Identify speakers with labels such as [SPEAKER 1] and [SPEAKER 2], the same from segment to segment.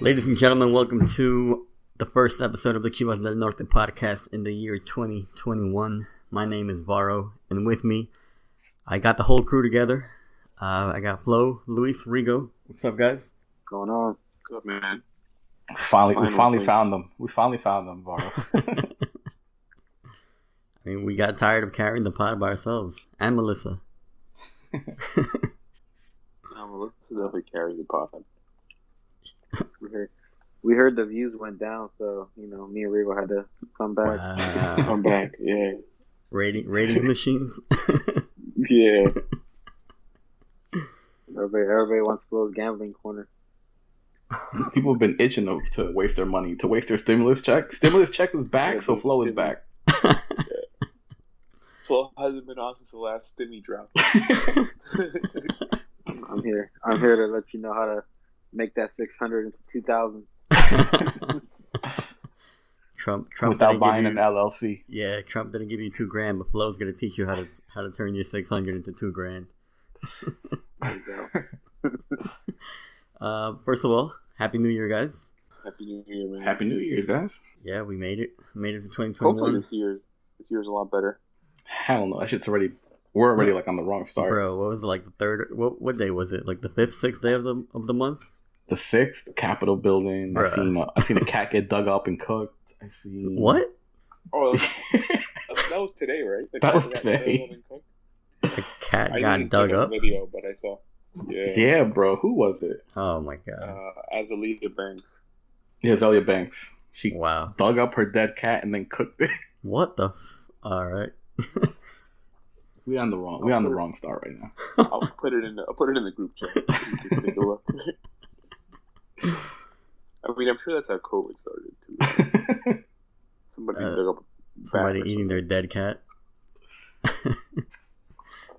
[SPEAKER 1] Ladies and gentlemen, welcome to the first episode of the Chivas del Norte podcast in the year 2021. My name is Varo, and with me, I got the whole crew together. Uh, I got Flo, Luis, Rigo. What's up, guys?
[SPEAKER 2] going on? What's up, man?
[SPEAKER 3] Finally, we
[SPEAKER 2] Finally.
[SPEAKER 3] finally found them. We finally found them, Varo.
[SPEAKER 1] I mean, we got tired of carrying the pod by ourselves, and Melissa.
[SPEAKER 2] Um, well, let's definitely carry the pod.
[SPEAKER 4] We heard, we heard the views went down, so you know me and Rigo had to come back.
[SPEAKER 1] Wow.
[SPEAKER 3] Uh.
[SPEAKER 2] I'm back. Yeah,
[SPEAKER 1] rating rating machines.
[SPEAKER 2] yeah.
[SPEAKER 4] Everybody, everybody wants Flo's gambling corner.
[SPEAKER 3] People have been itching to, to waste their money, to waste their stimulus check. Stimulus check is back,
[SPEAKER 2] Yeah,
[SPEAKER 3] so
[SPEAKER 2] dude,
[SPEAKER 3] flow is
[SPEAKER 2] stimulus.
[SPEAKER 3] back.
[SPEAKER 2] Flo hasn't been on since the last stimmy drop.
[SPEAKER 4] I'm, I'm here. I'm here to let you know how to make that 600 into 2,000.
[SPEAKER 1] Trump Trump
[SPEAKER 3] Without
[SPEAKER 1] didn't give
[SPEAKER 3] buying
[SPEAKER 1] you-
[SPEAKER 3] an LLC.
[SPEAKER 1] Yeah, Trump didn't give you two grand, but Flo's gonna teach you how to how to turn your six hundred into two grand.
[SPEAKER 4] There you go.
[SPEAKER 1] Uh, first of all, happy New Year, guys.
[SPEAKER 2] Happy New Year, man.
[SPEAKER 3] Happy New Year's, guys.
[SPEAKER 1] Yeah, we made it. Made it to twenty twenty
[SPEAKER 2] Hopefully
[SPEAKER 1] one.
[SPEAKER 2] this year, this year's a lot better.
[SPEAKER 3] Hell no, that shit's already. We're already like on the wrong start.
[SPEAKER 1] Bro, what was it, like the third? What what day was it? Like the fifth, sixth day of the of the month?
[SPEAKER 3] The sixth Capitol building. I
[SPEAKER 1] Bruh.
[SPEAKER 3] seen a, I seen a cat get dug up and cooked. I
[SPEAKER 2] Mm.
[SPEAKER 3] seen
[SPEAKER 1] What?
[SPEAKER 2] Oh, that was, that was today, right? The
[SPEAKER 3] That
[SPEAKER 2] guy
[SPEAKER 3] was
[SPEAKER 2] got
[SPEAKER 3] today.
[SPEAKER 2] killed and cooked?
[SPEAKER 1] The cat
[SPEAKER 2] I
[SPEAKER 1] got
[SPEAKER 2] didn't
[SPEAKER 1] dug
[SPEAKER 2] get a
[SPEAKER 1] up.
[SPEAKER 2] Video, but I saw. Yeah.
[SPEAKER 3] Yeah, bro. Who was it?
[SPEAKER 1] Oh my god!
[SPEAKER 2] Uh, as Aaliyah Banks.
[SPEAKER 3] Yeah, it's Elliot Banks. She
[SPEAKER 1] Wow.
[SPEAKER 3] dug up her dead cat and then cooked it.
[SPEAKER 1] What the? F- all right.
[SPEAKER 3] We on the wrong. We on the wrong start right now.
[SPEAKER 2] I'll put it in. The, I'll put it in the group chat. You can take a look. I mean, I'm sure that's how COVID started too. Somebody
[SPEAKER 1] Uh,
[SPEAKER 2] dug up. a
[SPEAKER 1] Somebody
[SPEAKER 2] bat.
[SPEAKER 1] eating their dead cat.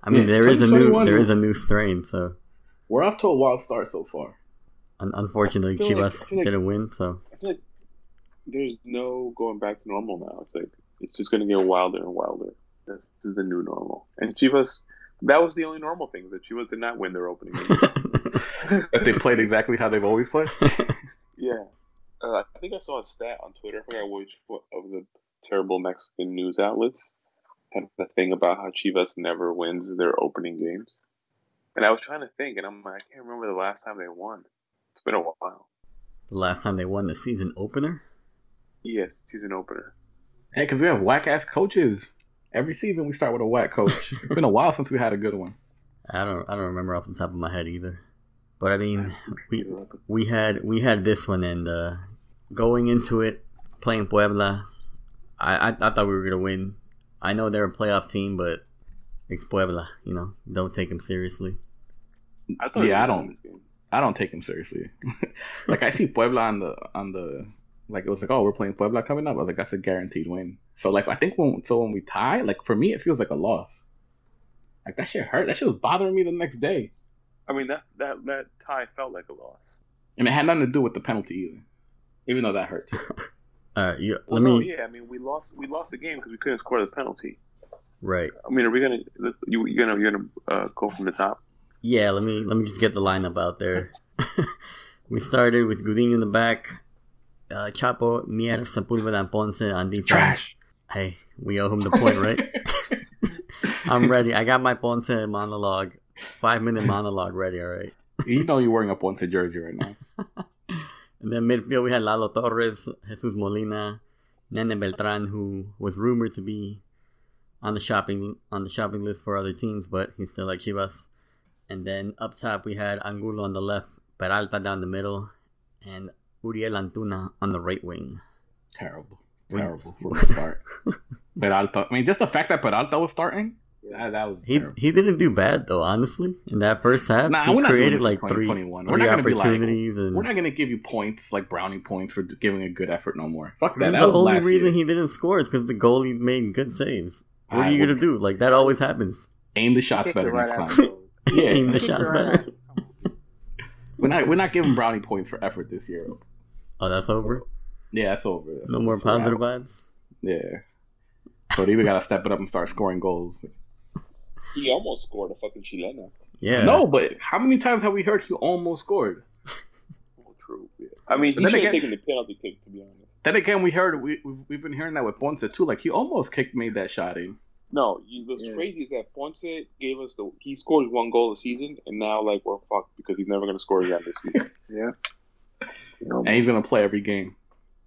[SPEAKER 1] I mean,
[SPEAKER 3] Yeah,
[SPEAKER 1] there is a new
[SPEAKER 3] 2021
[SPEAKER 1] there is a new strain, so
[SPEAKER 3] We're off to a wild start so far.
[SPEAKER 1] un- unfortunately,
[SPEAKER 2] I feel like- I
[SPEAKER 1] Chivas
[SPEAKER 2] feel like-
[SPEAKER 1] didn't win. So
[SPEAKER 2] I feel like there's no going back to normal now. It's like it's just going to get wilder and wilder. This is the new normal. And Chivas, that was the only normal thing that Chivas did not win their opening. game.
[SPEAKER 3] If they played exactly how they've always played.
[SPEAKER 2] yeah, uh, I think I saw a stat on Twitter. I forgot which one of the terrible Mexican news outlets had the thing about how Chivas never wins their opening games. And I was trying to think, and I'm like, I can't remember the last time they won. It's been a while.
[SPEAKER 1] the last time they won the season opener,
[SPEAKER 2] Yes, season opener.
[SPEAKER 3] Hey, because we have whack ass coaches. Every season we start with a whack coach. it's been a while since we had a good one.
[SPEAKER 1] I don't I don't remember off the top of my head either. But I mean, we we had we had this one and uh, going into it playing Puebla, I, I I thought we were gonna win. I know they're a playoff team, but it's Puebla. You know, don't take them seriously.
[SPEAKER 2] I thought we
[SPEAKER 3] Yeah,
[SPEAKER 2] won
[SPEAKER 3] I don't-
[SPEAKER 2] This game.
[SPEAKER 3] I don't take him seriously. like I see Puebla on the on the like it was like oh we're playing Puebla coming up. I was like that's a guaranteed win. So like I think when so when we tie like for me it feels like a loss. Like that shit hurt. That shit was bothering me the next day,
[SPEAKER 2] I mean that that that tie felt like a loss.
[SPEAKER 3] and it had nothing to do with the penalty either. Even though that hurt. too.
[SPEAKER 1] All right, you,
[SPEAKER 2] Well,
[SPEAKER 1] let
[SPEAKER 2] Oh, no,
[SPEAKER 1] me
[SPEAKER 2] yeah, I mean we lost we lost the game because we couldn't score the penalty.
[SPEAKER 1] right.
[SPEAKER 2] I mean, are we gonna you you gonna you gonna uh, go from the top?
[SPEAKER 1] Yeah, let me let me just get the lineup out there. we started with Gudin in the back, uh, Chapo, Mier, Sepulveda, and Ponce on defense.
[SPEAKER 3] Trash.
[SPEAKER 1] Hey, we owe him the point, right? I'm ready. I got my Ponce monologue, five minute monologue ready. All right.
[SPEAKER 3] you know you're wearing a Ponce jersey right now.
[SPEAKER 1] And then midfield, we had Lalo Torres, Jesus Molina, Nene Beltran, who was rumored to be on the shopping on the shopping list for other teams, but he's still at Chivas. And then up top, we had Angulo on the left, Peralta down the middle, and Uriel Antuna on the right wing.
[SPEAKER 3] Terrible.
[SPEAKER 1] We-
[SPEAKER 3] Terrible from the start. Peralta. I mean, just the fact that Peralta was starting, that, that was
[SPEAKER 1] He
[SPEAKER 3] terrible.
[SPEAKER 1] he didn't do bad though, honestly. In that first half,
[SPEAKER 3] Nah,
[SPEAKER 1] he
[SPEAKER 3] we're not doing
[SPEAKER 1] created
[SPEAKER 3] this in
[SPEAKER 1] like three,
[SPEAKER 3] 2021. We're
[SPEAKER 1] three
[SPEAKER 3] not gonna be like-
[SPEAKER 1] opportunities, and
[SPEAKER 3] We're not gonna give you points like brownie points for giving a good effort no more. Fuck that. that
[SPEAKER 1] the
[SPEAKER 3] was
[SPEAKER 1] only
[SPEAKER 3] last
[SPEAKER 1] reason
[SPEAKER 3] year.
[SPEAKER 1] he didn't score is because the goalie made good saves. What are
[SPEAKER 3] I
[SPEAKER 1] you gonna
[SPEAKER 3] would
[SPEAKER 1] do? Like that always happens.
[SPEAKER 3] Aim the shots
[SPEAKER 4] Kick
[SPEAKER 3] better
[SPEAKER 4] your right
[SPEAKER 3] next
[SPEAKER 4] ass,
[SPEAKER 3] time.
[SPEAKER 4] Flo.
[SPEAKER 1] Aim the
[SPEAKER 3] Yeah,
[SPEAKER 4] Kick
[SPEAKER 1] shots
[SPEAKER 4] your right
[SPEAKER 1] better.
[SPEAKER 4] ass.
[SPEAKER 3] we're not we're not giving brownie points for effort this year.
[SPEAKER 1] Oh, that's over.
[SPEAKER 3] Yeah, that's over. That's
[SPEAKER 1] No more
[SPEAKER 3] that's a wrap.
[SPEAKER 1] positive vibes.
[SPEAKER 3] Yeah. So we gotta step it up and start scoring goals.
[SPEAKER 2] He almost scored a fucking chilena.
[SPEAKER 1] Yeah.
[SPEAKER 3] No, but how many times have we heard he almost scored?
[SPEAKER 2] true. Yeah. I mean,
[SPEAKER 3] But
[SPEAKER 2] he
[SPEAKER 3] then
[SPEAKER 2] should
[SPEAKER 3] again-
[SPEAKER 2] have taken the penalty kick to be honest.
[SPEAKER 3] Then again, we heard we we've, we've been hearing that with Ponce too. Like he almost kicked made that shot eh? in.
[SPEAKER 2] No, you, what's
[SPEAKER 4] Yeah.
[SPEAKER 2] crazy is that Ponce gave us the he scores one goal a season, and now like we're fucked because he's never going to score again this season.
[SPEAKER 4] Yeah.
[SPEAKER 3] and he's gonna play every game.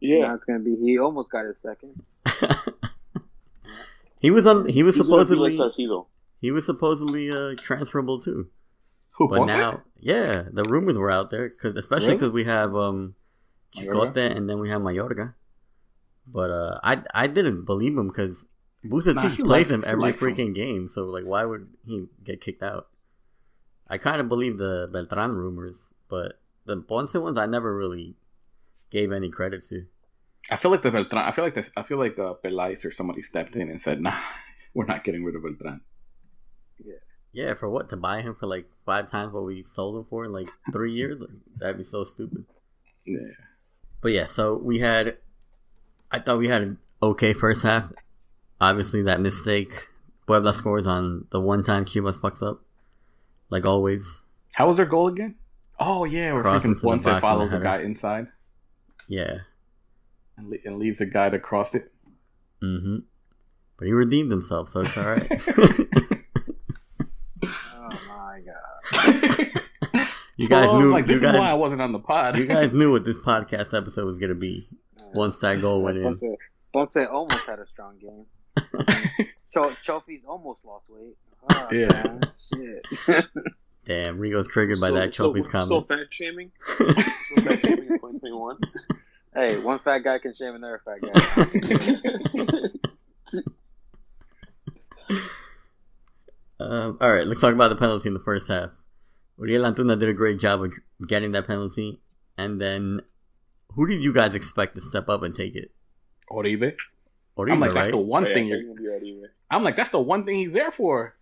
[SPEAKER 2] yeah,
[SPEAKER 4] Now it's gonna be. He almost got his second.
[SPEAKER 1] he was on. He was
[SPEAKER 2] he's gonna be like
[SPEAKER 1] supposedly.
[SPEAKER 2] Sarcido.
[SPEAKER 1] He was supposedly uh, transferable too.
[SPEAKER 3] Who
[SPEAKER 1] But
[SPEAKER 3] Ponce?
[SPEAKER 1] now, yeah, the rumors were out there, cause, especially
[SPEAKER 3] Really?
[SPEAKER 1] because we have um,
[SPEAKER 3] Mayorga?
[SPEAKER 1] Chicote and then we have Mayorga. But uh, I I didn't believe him because
[SPEAKER 3] Nah,
[SPEAKER 1] Vucevic
[SPEAKER 3] he
[SPEAKER 1] plays
[SPEAKER 3] likes-
[SPEAKER 1] him
[SPEAKER 3] he
[SPEAKER 1] every
[SPEAKER 3] likes him.
[SPEAKER 1] freaking game, so like why would he get kicked out? I kind of believe the Beltran rumors, but the Ponce ones I never really gave any credit to.
[SPEAKER 3] I feel like the Beltran. I feel like this. I feel like uh, Pelais or somebody stepped in and said, "Nah, we're not getting rid of Beltran."
[SPEAKER 1] Yeah, for what to buy him for like five times what we sold him for in like three years? Like, that'd be so stupid.
[SPEAKER 3] Yeah.
[SPEAKER 1] But yeah, so we had. I thought we had an okay first half. Obviously, that mistake. Puebla scores on the one time Chivas fucks up, like always.
[SPEAKER 3] How was their goal again? Oh yeah, we're
[SPEAKER 1] Cross into
[SPEAKER 3] freaking
[SPEAKER 1] the
[SPEAKER 3] Ponce
[SPEAKER 1] box and
[SPEAKER 3] follows
[SPEAKER 1] the
[SPEAKER 3] the guy
[SPEAKER 1] header.
[SPEAKER 3] inside
[SPEAKER 1] Yeah.
[SPEAKER 3] and, le- and leaves a guy to cross it.
[SPEAKER 1] Mm-hmm. But he redeemed himself, so it's all right.
[SPEAKER 4] Oh my god.
[SPEAKER 1] you guys
[SPEAKER 3] Oh, I'm
[SPEAKER 1] knew.
[SPEAKER 3] Like,
[SPEAKER 1] you
[SPEAKER 3] this is why I
[SPEAKER 1] guys.
[SPEAKER 3] wasn't on the pod.
[SPEAKER 1] You guys knew what this podcast episode was gonna be once that goal went in.
[SPEAKER 4] Ponce, Ponce almost had a strong game. Cho- Chofi's almost lost weight. Oh,
[SPEAKER 3] Yeah.
[SPEAKER 4] man. Shit.
[SPEAKER 1] Damn, Rigo's triggered by that Chopi's
[SPEAKER 2] so, So
[SPEAKER 1] comment.
[SPEAKER 2] fat shaming. so fat shaming in 2021.
[SPEAKER 4] Hey, one fat guy can shame another fat guy.
[SPEAKER 1] Um, all right, let's talk about the penalty in the first half. Uriel Antuna did a great job of getting that penalty, and then who did you guys expect to step up and take it?
[SPEAKER 3] Oribe.
[SPEAKER 1] Oribe,
[SPEAKER 3] I'm like, that's
[SPEAKER 1] right?
[SPEAKER 3] Oh the one thing
[SPEAKER 2] yeah,
[SPEAKER 3] you're.
[SPEAKER 2] it's gonna be Oribe.
[SPEAKER 3] I'm like, that's the one thing he's there for.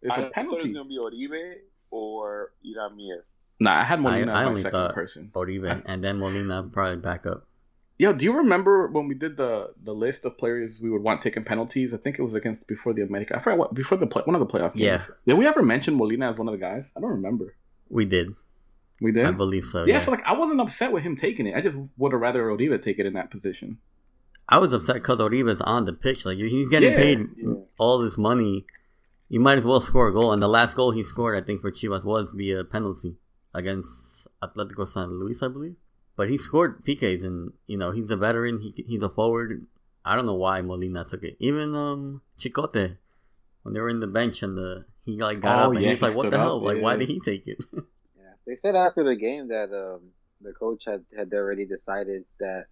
[SPEAKER 3] It's
[SPEAKER 2] I
[SPEAKER 3] a
[SPEAKER 2] thought it was
[SPEAKER 3] penalty.
[SPEAKER 2] gonna be Oribe or Iramir.
[SPEAKER 3] Nah, I had Molina
[SPEAKER 1] I
[SPEAKER 3] as my
[SPEAKER 1] only
[SPEAKER 3] second
[SPEAKER 1] thought-
[SPEAKER 3] person.
[SPEAKER 1] Oribe, and then Molina probably back up.
[SPEAKER 3] Yo, do you remember when we did the the list of players we would want taking penalties? I think it was against before the America. I forgot what before the play, one of the playoff games.
[SPEAKER 1] Yeah.
[SPEAKER 3] Did we ever mention Molina as one of the guys? I don't remember.
[SPEAKER 1] We did,
[SPEAKER 3] We did.
[SPEAKER 1] I believe so.
[SPEAKER 3] yeah,
[SPEAKER 1] Yeah,
[SPEAKER 3] so like I wasn't upset with him taking it. I just would have rather Odiva take it in that position.
[SPEAKER 1] I was upset because Oribe's on the pitch. Like he's getting
[SPEAKER 3] Yeah,
[SPEAKER 1] paid
[SPEAKER 2] yeah.
[SPEAKER 1] all this money, you might as well score a goal. And the last goal he scored, I think, for Chivas was via penalty against Atletico San Luis, I believe. But he scored PKs, and you know he's a veteran. He, he's a forward. I don't know why Molina took it. Even um Chicote, when they were in the bench and the he like got
[SPEAKER 3] Oh,
[SPEAKER 1] up and
[SPEAKER 3] yeah,
[SPEAKER 1] he's
[SPEAKER 3] he
[SPEAKER 1] like, "What
[SPEAKER 3] stood
[SPEAKER 1] the
[SPEAKER 3] up,
[SPEAKER 1] hell? Like, why
[SPEAKER 3] yeah.
[SPEAKER 1] did he take it?"
[SPEAKER 4] Yeah. They said after the game that um, the coach had, had already decided that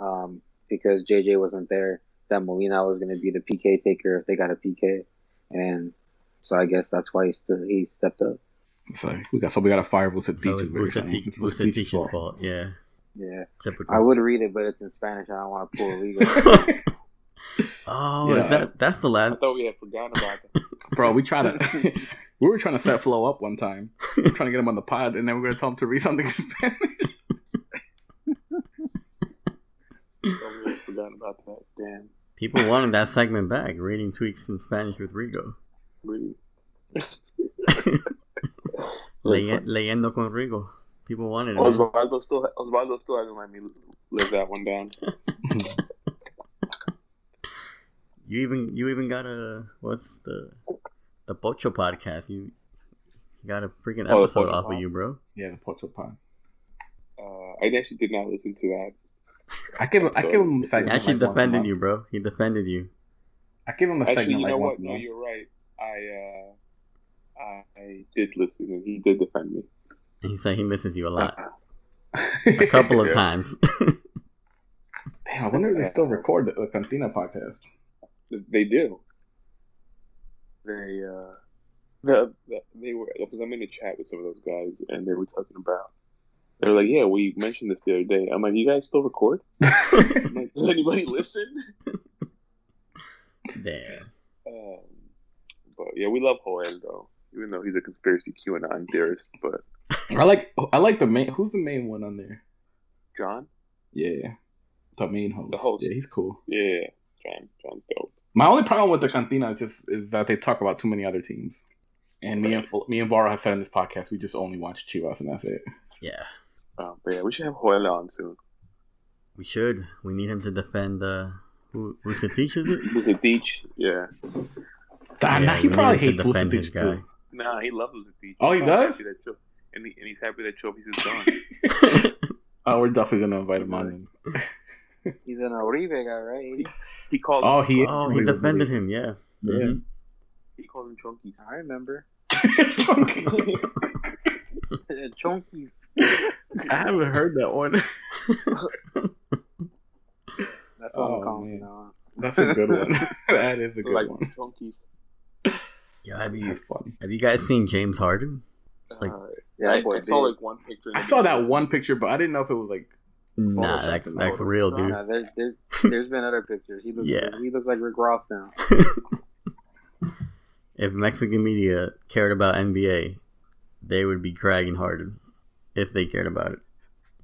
[SPEAKER 4] um, because JJ wasn't there, that Molina was going to be the PK taker if they got a PK. And so I guess that's why he, st- he stepped up.
[SPEAKER 3] So we got so we got to fire Vucetic.
[SPEAKER 1] so it's
[SPEAKER 3] is what you're saying.
[SPEAKER 1] Vucetic-
[SPEAKER 3] It's Vucetic's
[SPEAKER 1] Vucetici's
[SPEAKER 3] fault.
[SPEAKER 1] fault. Yeah,
[SPEAKER 4] Yeah.
[SPEAKER 1] typical.
[SPEAKER 4] I would read it, but it's in Spanish. I don't want to pull a legal.
[SPEAKER 1] oh,
[SPEAKER 3] Yeah.
[SPEAKER 1] is that that's the
[SPEAKER 2] I
[SPEAKER 3] Uh,
[SPEAKER 1] last.
[SPEAKER 2] thought we had forgotten about that.
[SPEAKER 3] Bro, we try to we were trying to set Flo up one time. We were trying to get him on the pod, and then we are gonna tell him to read something in Spanish.
[SPEAKER 2] I thought we had forgotten about that. Damn.
[SPEAKER 1] People wanted that segment back. Reading tweaks in Spanish with Rigo.
[SPEAKER 2] Really?
[SPEAKER 1] Leye- leyendo con Rigo. People wanted it.
[SPEAKER 2] Osvaldo still Osvaldo still hasn't let me live that one down.
[SPEAKER 1] You even you even got a what's the the Pocho podcast? You got a freaking
[SPEAKER 2] Oh, the
[SPEAKER 1] episode
[SPEAKER 2] Pocho
[SPEAKER 1] off of
[SPEAKER 2] pod.
[SPEAKER 1] you, bro.
[SPEAKER 3] Yeah, the Pocho pod.
[SPEAKER 2] Uh, I actually did not listen to that.
[SPEAKER 3] I give him, I give him a
[SPEAKER 1] He
[SPEAKER 3] segment.
[SPEAKER 1] actually
[SPEAKER 3] like, once a
[SPEAKER 1] defended
[SPEAKER 3] month.
[SPEAKER 1] you, bro. He defended you.
[SPEAKER 3] I give him a
[SPEAKER 2] Actually,
[SPEAKER 3] segment
[SPEAKER 2] you know
[SPEAKER 3] like
[SPEAKER 2] what?
[SPEAKER 3] once a
[SPEAKER 2] No,
[SPEAKER 3] month.
[SPEAKER 2] you're right. I uh, I did listen, and he did defend me.
[SPEAKER 1] And he said he misses you a lot, a couple of
[SPEAKER 2] Yeah.
[SPEAKER 1] times.
[SPEAKER 3] Damn, I wonder if they still record the, the Cantina podcast.
[SPEAKER 2] They do. They uh, the, the, they were because I'm in a chat with some of those guys, and they were talking about. They were like, "Yeah, we mentioned this the other day." I'm like, "You guys still record? I'm like, Does anybody listen?"
[SPEAKER 1] Damn.
[SPEAKER 2] Um, but yeah, we love Joel though, even though he's a conspiracy QAnon theorist. But
[SPEAKER 3] I like I like the main. Who's the main one on there?
[SPEAKER 2] John,
[SPEAKER 3] Yeah, the main host.
[SPEAKER 2] The host.
[SPEAKER 3] Yeah, he's cool.
[SPEAKER 2] yeah, John, John's dope.
[SPEAKER 3] My only problem with the Cantina is just is that they talk about too many other teams. And me and me and Vara have said in this podcast, we just only watch Chivas, and that's it.
[SPEAKER 1] Yeah.
[SPEAKER 2] Uh, but yeah, we should have Hoyle on soon.
[SPEAKER 1] We should. We need him to defend uh, who, who's the teacher?
[SPEAKER 2] Who's it, Beach? Yeah.
[SPEAKER 3] Damn, nah,
[SPEAKER 1] Yeah,
[SPEAKER 3] he
[SPEAKER 1] we
[SPEAKER 3] probably
[SPEAKER 1] need to
[SPEAKER 3] hates
[SPEAKER 1] defend
[SPEAKER 3] Bucetich
[SPEAKER 1] his guy.
[SPEAKER 3] too.
[SPEAKER 2] Nah, he loves Uzi Beach.
[SPEAKER 3] Oh, he does?
[SPEAKER 2] And, he, and he's happy that Chopis is gone.
[SPEAKER 3] Oh, we're definitely gonna invite him on. then.
[SPEAKER 4] He's an Oribe guy, right?
[SPEAKER 2] he called.
[SPEAKER 3] Oh, he. is
[SPEAKER 1] oh, he
[SPEAKER 3] really
[SPEAKER 1] defended him. Yeah.
[SPEAKER 3] Yeah.
[SPEAKER 1] Mhm.
[SPEAKER 2] He called him Chunkies.
[SPEAKER 4] I remember.
[SPEAKER 3] bullied.
[SPEAKER 4] Chunkies.
[SPEAKER 3] I haven't heard that one.
[SPEAKER 4] That's what
[SPEAKER 3] Oh,
[SPEAKER 4] I'm calling
[SPEAKER 3] man.
[SPEAKER 4] him now.
[SPEAKER 3] That's a good one. that is a good
[SPEAKER 2] Like
[SPEAKER 3] one.
[SPEAKER 2] Chunkies.
[SPEAKER 1] Yeah. Have you
[SPEAKER 3] That's funny.
[SPEAKER 1] Have you guys seen James Harden? Like-
[SPEAKER 2] uh,
[SPEAKER 4] Yeah,
[SPEAKER 2] I,
[SPEAKER 4] that boy
[SPEAKER 2] I saw
[SPEAKER 4] big.
[SPEAKER 2] like one picture.
[SPEAKER 3] I saw that one picture, but I didn't know if it was like.
[SPEAKER 1] Nah,
[SPEAKER 3] Photoshop
[SPEAKER 1] that's
[SPEAKER 3] and
[SPEAKER 1] that's
[SPEAKER 3] Photoshop.
[SPEAKER 1] real, dude.
[SPEAKER 4] Nah, there's, there's, there's been other pictures. He looks,
[SPEAKER 1] Yeah.
[SPEAKER 4] he looks like Rick Ross now.
[SPEAKER 1] If Mexican media cared about NBA, they would be dragging Harden if they cared about it.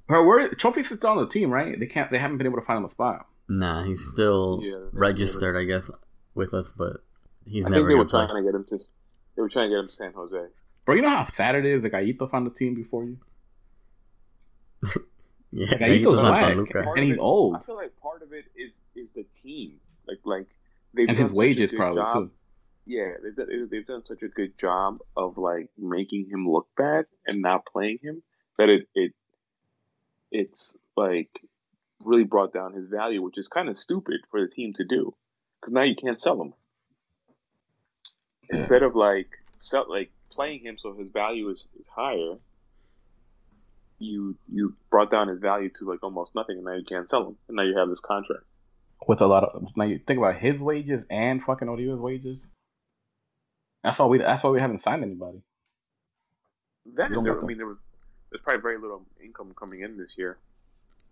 [SPEAKER 3] Her word. Trophy's still on the team, right? They can't. They haven't been able to find him a spot.
[SPEAKER 1] Nah, he's still
[SPEAKER 2] Mm-hmm. Yeah, that's
[SPEAKER 1] registered, I guess, with us, but he's
[SPEAKER 2] I think
[SPEAKER 1] never
[SPEAKER 2] they were
[SPEAKER 1] gonna play.
[SPEAKER 2] trying to get him to. They were trying to get him to San Jose.
[SPEAKER 3] Bro, you know how sad it is. Like Aito found the team before you,
[SPEAKER 1] Yeah,
[SPEAKER 3] Like, Aito's
[SPEAKER 1] Aito's on
[SPEAKER 3] black.
[SPEAKER 1] Toluca.
[SPEAKER 2] Part
[SPEAKER 3] and
[SPEAKER 2] of
[SPEAKER 3] he's
[SPEAKER 2] it-
[SPEAKER 3] old,
[SPEAKER 2] I feel like part of it is is the team, like like they've
[SPEAKER 3] and
[SPEAKER 2] done
[SPEAKER 3] his
[SPEAKER 2] such a
[SPEAKER 3] wages
[SPEAKER 2] good
[SPEAKER 3] probably
[SPEAKER 2] job.
[SPEAKER 3] too.
[SPEAKER 2] Yeah, they've done, they've done such a good job of like making him look bad and not playing him that it it it's like really brought down his value, which is kind of stupid for the team to do because now you can't sell him
[SPEAKER 3] Yeah.
[SPEAKER 2] instead of like sell like playing him so his value is, is higher. You you brought down his value to like almost nothing, and now you can't sell him, and now you have this contract.
[SPEAKER 3] With a lot of now, you think about his wages and fucking Odio's wages. That's why we. That's why we haven't signed anybody.
[SPEAKER 2] That
[SPEAKER 3] You don't
[SPEAKER 2] there,
[SPEAKER 3] want
[SPEAKER 2] I mean, there was there's probably very little income coming in this year.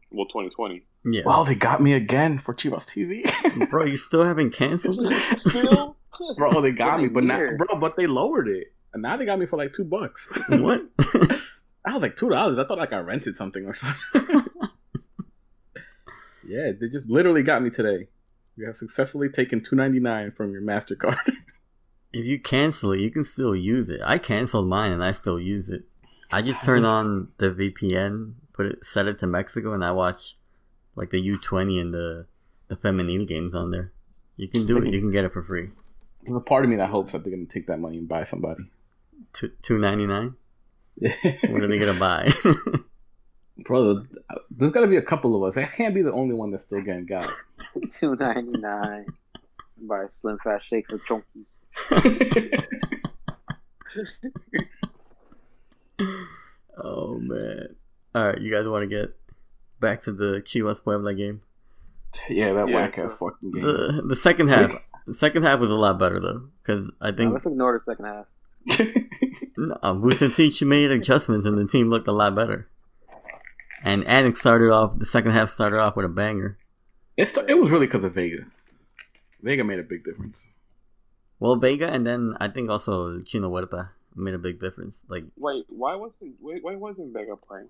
[SPEAKER 2] Well, 2020.
[SPEAKER 1] Yeah,
[SPEAKER 3] Wow, they got me again for Chivas TV.
[SPEAKER 1] bro, you still haven't canceled.
[SPEAKER 2] Still,
[SPEAKER 3] bro, they got
[SPEAKER 4] What
[SPEAKER 3] me,
[SPEAKER 4] a
[SPEAKER 3] but now,
[SPEAKER 4] year.
[SPEAKER 3] bro, but they lowered it, and now they got me for like two bucks.
[SPEAKER 1] what?
[SPEAKER 3] I was like two dollars. I thought like I rented something or something. yeah, they just literally got me today. You have successfully taken two ninety nine from your Mastercard.
[SPEAKER 1] if you cancel it, you can still use it. I canceled mine and I still use it. I just turn on the VPN, put it, set it to Mexico, and I watch like the U twenty and the the feminine games on there. You can do it. You can get it for free.
[SPEAKER 3] There's a part of me that hopes that they're gonna take that money and buy somebody.
[SPEAKER 1] Two ninety nine. What are they gonna buy?
[SPEAKER 3] Bro, there's gotta be a couple of us. I can't be the only one that's still getting got.
[SPEAKER 4] Two ninety nine. Buy a slim fast shake for chunkies.
[SPEAKER 1] oh man! All right, you guys want to get back to the Chivas Puebla game?
[SPEAKER 3] yeah, that
[SPEAKER 2] Yeah.
[SPEAKER 3] whack ass fucking game.
[SPEAKER 1] The the second half. The second half was a lot better though, because I
[SPEAKER 4] Now,
[SPEAKER 1] think
[SPEAKER 4] let's ignore the second half.
[SPEAKER 1] No, Vucetic made adjustments and the team looked a lot better. And Anik started off, the second half started off with a banger.
[SPEAKER 3] it's it was really because of Vega. Vega made a big difference.
[SPEAKER 1] Well, Vega and then I think also Chino Huerta made a big difference. Like,
[SPEAKER 2] wait, why wasn't wait, why wasn't Vega playing?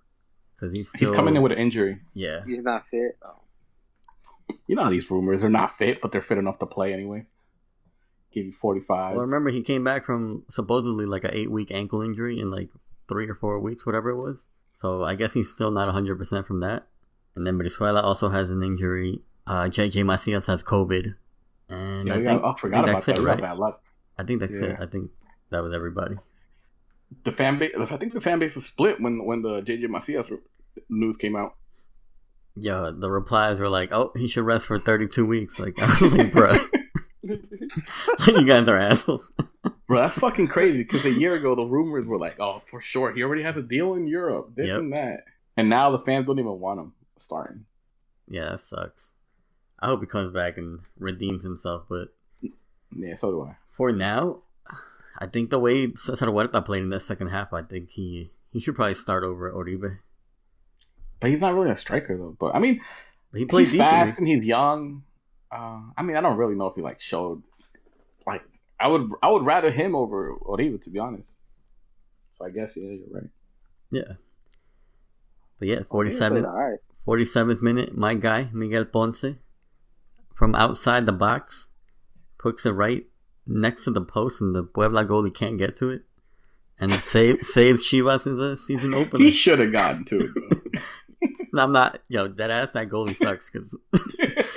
[SPEAKER 1] because he's still.
[SPEAKER 3] He's coming in with an injury.
[SPEAKER 1] Yeah.
[SPEAKER 4] He's not fit. Oh.
[SPEAKER 3] You know how these rumors they are not fit, but they're fit enough to play anyway. Give you forty five.
[SPEAKER 1] Well, remember, he came back from supposedly like a eight week ankle injury in like three or four weeks, whatever it was. So I guess he's still not 100% from that. And then Venezuela also has an injury. Uh, JJ Macias has COVID. And
[SPEAKER 3] Yeah,
[SPEAKER 1] I,
[SPEAKER 3] we
[SPEAKER 1] think,
[SPEAKER 3] got, I forgot about
[SPEAKER 1] that's
[SPEAKER 3] that.
[SPEAKER 1] it,
[SPEAKER 3] We got
[SPEAKER 1] right?
[SPEAKER 3] bad luck.
[SPEAKER 1] I think that's it.
[SPEAKER 3] Yeah.
[SPEAKER 1] I think that was everybody.
[SPEAKER 3] The fan base. I think the fan base was split when when the JJ Macias news came out.
[SPEAKER 1] Yeah, the replies were like, "Oh, he should rest for 32 weeks." Like, I was like, "Bro, you guys are assholes."
[SPEAKER 3] Bro, that's fucking crazy. Because a year ago, the rumors were like, "Oh, for sure, he already has a deal in Europe, this
[SPEAKER 1] Yep.
[SPEAKER 3] and that," and now the fans don't even want him starting.
[SPEAKER 1] Yeah, that sucks. I hope he comes back and redeems himself, but
[SPEAKER 3] Yeah, so do I.
[SPEAKER 1] for now, I think the way Cesar Huerta played in that second half, I think he he should probably start over Oribe.
[SPEAKER 3] But he's not really a striker though. But I mean,
[SPEAKER 1] But he played
[SPEAKER 3] he's
[SPEAKER 1] decently.
[SPEAKER 3] fast and he's young. Uh, I mean, I don't really know if he like showed. Like, I would I would rather him over Oriva to be honest. So I guess yeah, you're right.
[SPEAKER 1] But yeah,
[SPEAKER 4] All
[SPEAKER 1] 47th,
[SPEAKER 4] right.
[SPEAKER 1] 47th minute, my guy Miguel Ponce from outside the box puts it right next to the post, and the Puebla goalie can't get to it, and save saves Chivas' uh, season opener.
[SPEAKER 3] He should have gotten to it. Though.
[SPEAKER 1] I'm not, yo, that ass, that goalie sucks because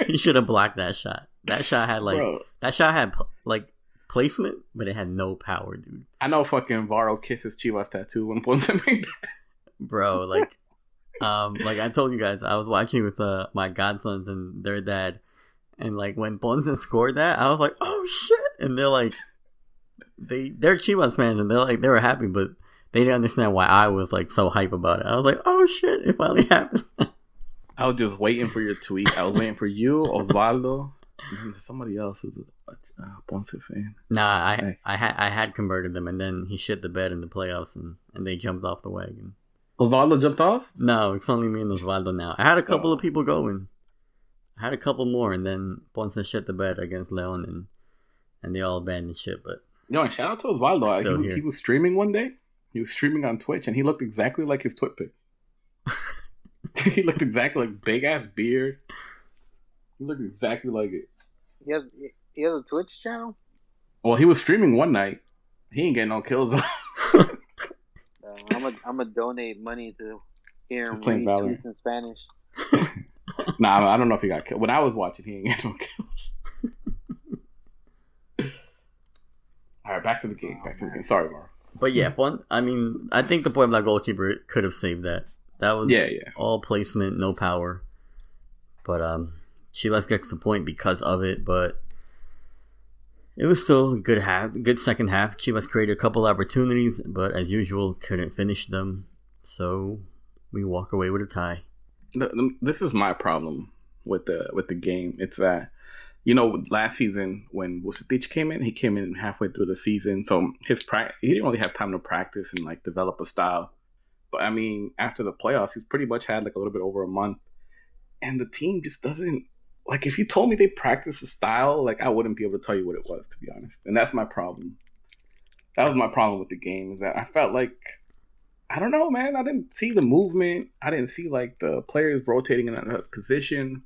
[SPEAKER 1] you should have blocked that shot. That shot had like,
[SPEAKER 3] Bro,
[SPEAKER 1] that shot had like placement, but it had no power, dude.
[SPEAKER 3] I know fucking Varo kisses Chivas tattoo when Ponce made that.
[SPEAKER 1] Bro, like, um, like I told you guys, I was watching with uh my godsons and their dad, and like when Ponce scored that, I was like, oh shit, and they're like, they they're Chivas fans and they're like they were happy, but they didn't understand why I was like so hype about it. I was like, oh shit, it finally happened.
[SPEAKER 3] I was just waiting for your tweet. I was waiting for you, Osvaldo, and then there's somebody else who's a, a Ponce fan.
[SPEAKER 1] Nah, I
[SPEAKER 3] Hey.
[SPEAKER 1] I had I had converted them, and then he shit the bed in the playoffs, and, and they jumped off the wagon.
[SPEAKER 3] Osvaldo jumped off.
[SPEAKER 1] No, it's only me and Osvaldo now. I had a couple
[SPEAKER 3] Oh.
[SPEAKER 1] of people going. I had a couple more, and then Ponce shit the bed against Leon, and and they all abandoned shit. But
[SPEAKER 3] Yo, and shout out to Osvaldo.
[SPEAKER 1] Still
[SPEAKER 3] He,
[SPEAKER 1] here.
[SPEAKER 3] he was streaming one day. He was streaming on Twitch, and he looked exactly like his twit pic. he looked exactly like big ass beard. He looked exactly like it.
[SPEAKER 4] He has he has a Twitch channel.
[SPEAKER 3] Well, he was streaming one night. He ain't getting no kills.
[SPEAKER 4] Uh, I'm a I'm gonna donate money to hear him
[SPEAKER 3] He's playing
[SPEAKER 4] read
[SPEAKER 3] Valorant.
[SPEAKER 4] tweets in Spanish.
[SPEAKER 3] nah, I don't know if he got killed. When I was watching, he ain't getting no kills. All right, back to the game. Back to
[SPEAKER 1] Oh,
[SPEAKER 3] the game. Sorry, Mara.
[SPEAKER 1] but yeah,
[SPEAKER 3] Hmm.
[SPEAKER 1] Pon. I mean, I think the Puebla goalkeeper could have saved that. That was
[SPEAKER 3] Yeah, yeah.
[SPEAKER 1] all placement, no power. But um, Chivas gets the point because of it. But it was still a good half, good second half. Chivas created a couple opportunities, but as usual, couldn't finish them. So we walk away with a tie.
[SPEAKER 3] th- th- this is my problem with the with the game. It's that you know last season when Vucetic came in, he came in halfway through the season, so his pra- he didn't really have time to practice and like develop a style. But I mean, after the playoffs, he's pretty much had like a little bit over a month, and the team just doesn't like. If you told me they practiced a style, like I wouldn't be able to tell you what it was to be honest, and that's my problem. That was my problem with the game is that I felt like I don't know, man. I didn't see the movement. I didn't see like the players rotating in another position.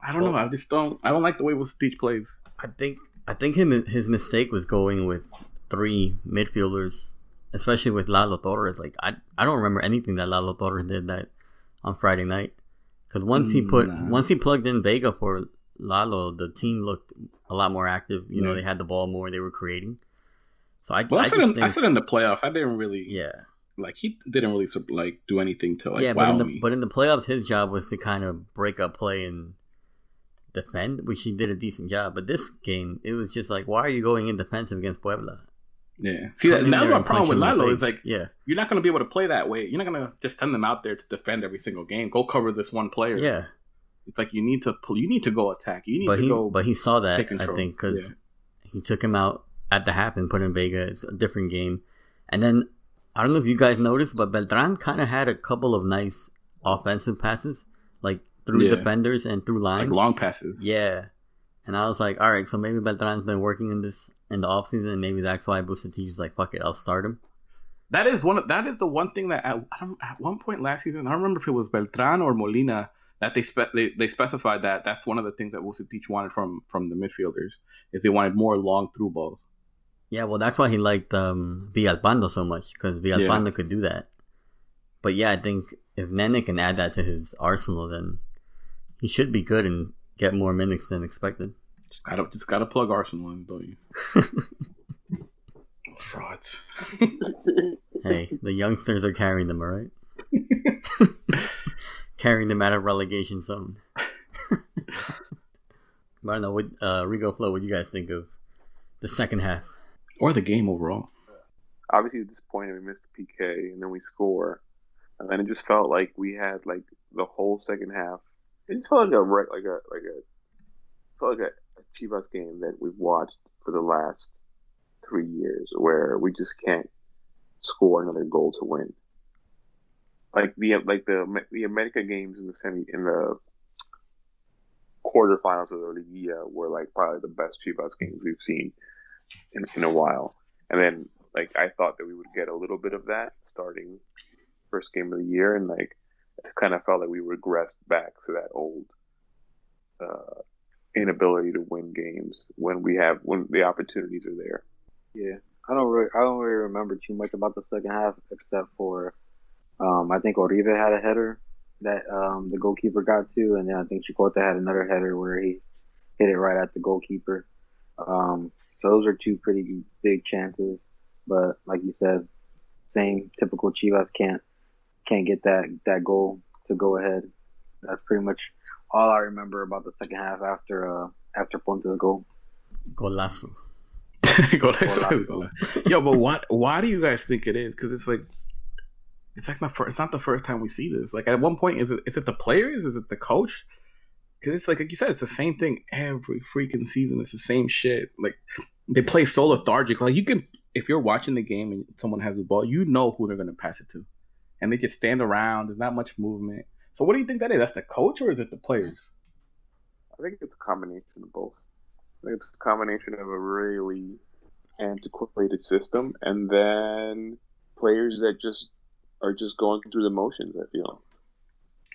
[SPEAKER 3] I don't know. I just don't. I don't like the way Vucetic plays.
[SPEAKER 1] I think I think him his mistake was going with three midfielders, especially with Lalo Torres. Like I I don't remember anything that Lalo Torres did that on Friday night. Because once he put
[SPEAKER 3] Mm, Nah.
[SPEAKER 1] once he plugged in Vega for Lalo, the team looked a lot more active. You know, they
[SPEAKER 3] Yeah.
[SPEAKER 1] had the ball more. They were creating. So I,
[SPEAKER 3] Well, I,
[SPEAKER 1] I
[SPEAKER 3] said,
[SPEAKER 1] just
[SPEAKER 3] in,
[SPEAKER 1] think
[SPEAKER 3] I said in the playoffs, I didn't really
[SPEAKER 1] yeah
[SPEAKER 3] like. He didn't really like do anything to like
[SPEAKER 1] yeah. But
[SPEAKER 3] wow
[SPEAKER 1] in the
[SPEAKER 3] me.
[SPEAKER 1] but in the playoffs, his job was to kind of break up play and defend, which he did a decent job. But this game, it was just like, why are you going in defensive against Puebla?
[SPEAKER 3] yeah. See,
[SPEAKER 1] Come
[SPEAKER 3] that,
[SPEAKER 1] in
[SPEAKER 3] that's
[SPEAKER 1] there
[SPEAKER 3] my
[SPEAKER 1] and
[SPEAKER 3] problem
[SPEAKER 1] punch
[SPEAKER 3] with
[SPEAKER 1] him in the
[SPEAKER 3] Lalo. Is
[SPEAKER 1] face.
[SPEAKER 3] like
[SPEAKER 1] yeah,
[SPEAKER 3] you're not gonna be able to play that way. You're not gonna just send them out there to defend every single game. Go cover this one player.
[SPEAKER 1] yeah.
[SPEAKER 3] It's like you need to. pull. You need to go attack. You need
[SPEAKER 1] But
[SPEAKER 3] to
[SPEAKER 1] he,
[SPEAKER 3] go.
[SPEAKER 1] but he saw that
[SPEAKER 3] take
[SPEAKER 1] I
[SPEAKER 3] control.
[SPEAKER 1] think because he took him out at the half and put in Vega. It's a different game, and then I don't know if you guys noticed, but Beltran kind of had a couple of nice offensive passes, like through
[SPEAKER 3] Yeah.
[SPEAKER 1] defenders and through
[SPEAKER 3] like
[SPEAKER 1] lines.
[SPEAKER 3] long passes.
[SPEAKER 1] Yeah. And I was like, all right, so maybe Beltran's been working in this in the offseason, and maybe that's why Bucetich was like, fuck it, I'll start him.
[SPEAKER 3] That is one. Of, that is the one thing that at, I don't, at one point last season, I don't remember if it was Beltran or Molina that they spe- they, they specified that that's one of the things that Vucetic wanted from from the midfielders is they wanted more long through balls.
[SPEAKER 1] Yeah, well, that's why he liked um, Villalpando so much because Villalpando could do that. But yeah, I think if Nene can add that to his arsenal, then he should be good and get more minutes than expected.
[SPEAKER 3] Just gotta just gotta plug Arsenal in, don't you? Frauds.
[SPEAKER 1] Hey, the youngsters are carrying them, all right? carrying them out of relegation zone. but I don't know what uh, Rigo Flow. What do you guys think of the second half?
[SPEAKER 3] or the game overall.
[SPEAKER 2] obviously we were disappointed we missed the PK and then we score. And then it just felt like we had like the whole second half. It just felt like a re- like a like a felt like a, a Chivas game that we've watched for the last three years where we just can't score another goal to win. Like the like the the America games in the semi in the quarterfinals of the Liga were like probably the best Chivas games we've seen in, in a while. And then like I thought that we would get a little bit of that starting first game of the year, and like it kind of felt like we regressed back to that old uh, inability to win games when we have when the opportunities are there.
[SPEAKER 4] Yeah, I don't really, I don't really remember too much about the second half except for, um, I think Oribe had a header that um, the goalkeeper got to, and then I think Chikota had another header where he hit it right at the goalkeeper. Um, so those are two pretty big chances, but like you said, same typical Chivas can't can't get that that goal to go ahead. That's pretty much all I remember about the second half after uh, after Ponte's goal.
[SPEAKER 1] Golazo.
[SPEAKER 3] Go like- Yo, but why why do you guys think it is? Because it's like it's like not fir- it's not the first time we see this. Like at one point, is it is it the players? Is it the coach? Because it's like like you said, it's the same thing every freaking season. It's the same shit. Like they play so lethargic. Like you can if you're watching the game and someone has the ball, you know who they're gonna pass it to, and they just stand around. There's not much movement. So what do you think that is? That's the coach or is it the players?
[SPEAKER 2] I think it's a combination of both. I think it's a combination of a really antiquated system and then players that just are just going through the motions. I feel.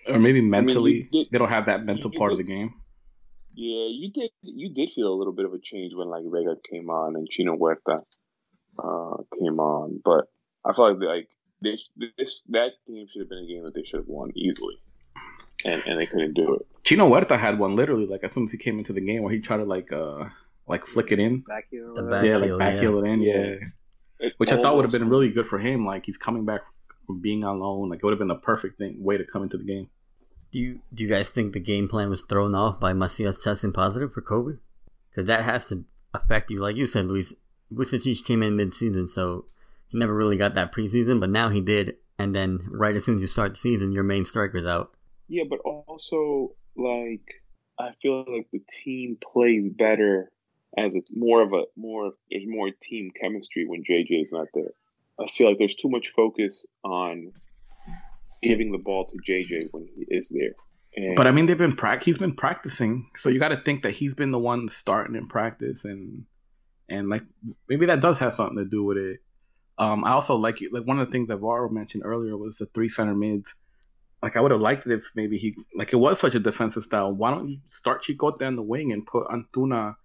[SPEAKER 3] Or maybe mentally
[SPEAKER 2] did-
[SPEAKER 3] they don't have that mental
[SPEAKER 2] you
[SPEAKER 3] part of the
[SPEAKER 2] did-
[SPEAKER 3] game.
[SPEAKER 2] Yeah, you did. You did feel a little bit of a change when like Vega came on and Chino Huerta uh, came on, but I felt like like this, this that game should have been a game that they should have won easily, and and they couldn't do it.
[SPEAKER 3] Chino Huerta had one literally like as soon as he came into the game where he tried to like uh like flick it in.
[SPEAKER 4] Back here, or
[SPEAKER 1] The
[SPEAKER 4] whatever.
[SPEAKER 1] back
[SPEAKER 3] yeah,
[SPEAKER 1] heel,
[SPEAKER 3] like back
[SPEAKER 1] yeah.
[SPEAKER 3] heel it in, yeah.
[SPEAKER 2] It
[SPEAKER 3] Which I thought would have been
[SPEAKER 2] almost-
[SPEAKER 3] really good for him. Like he's coming back from being on loan. Like it would have been the perfect thing way to come into the game.
[SPEAKER 1] Do you do you guys think the game plan was thrown off by Macias testing positive for COVID? Because that has to affect you, like you said, Luis. Vucetic came in mid-season, so he never really got that preseason, but now he did. And then right as soon as you start the season, your main striker's out.
[SPEAKER 2] Yeah, but also like I feel like the team plays better as it's more of a more there's more team chemistry when JJ is not there. I feel like there's too much focus on giving the ball to JJ when he is there. And
[SPEAKER 3] But I mean, they've been prac. He's been practicing, so you got to think that he's been the one starting in practice, and and like maybe that does have something to do with it. Um, I also like like one of the things that Varo mentioned earlier was the three center mids. Like I would have liked it if maybe he like it was such a defensive style. Why don't you start Chico down the wing and put Antuna,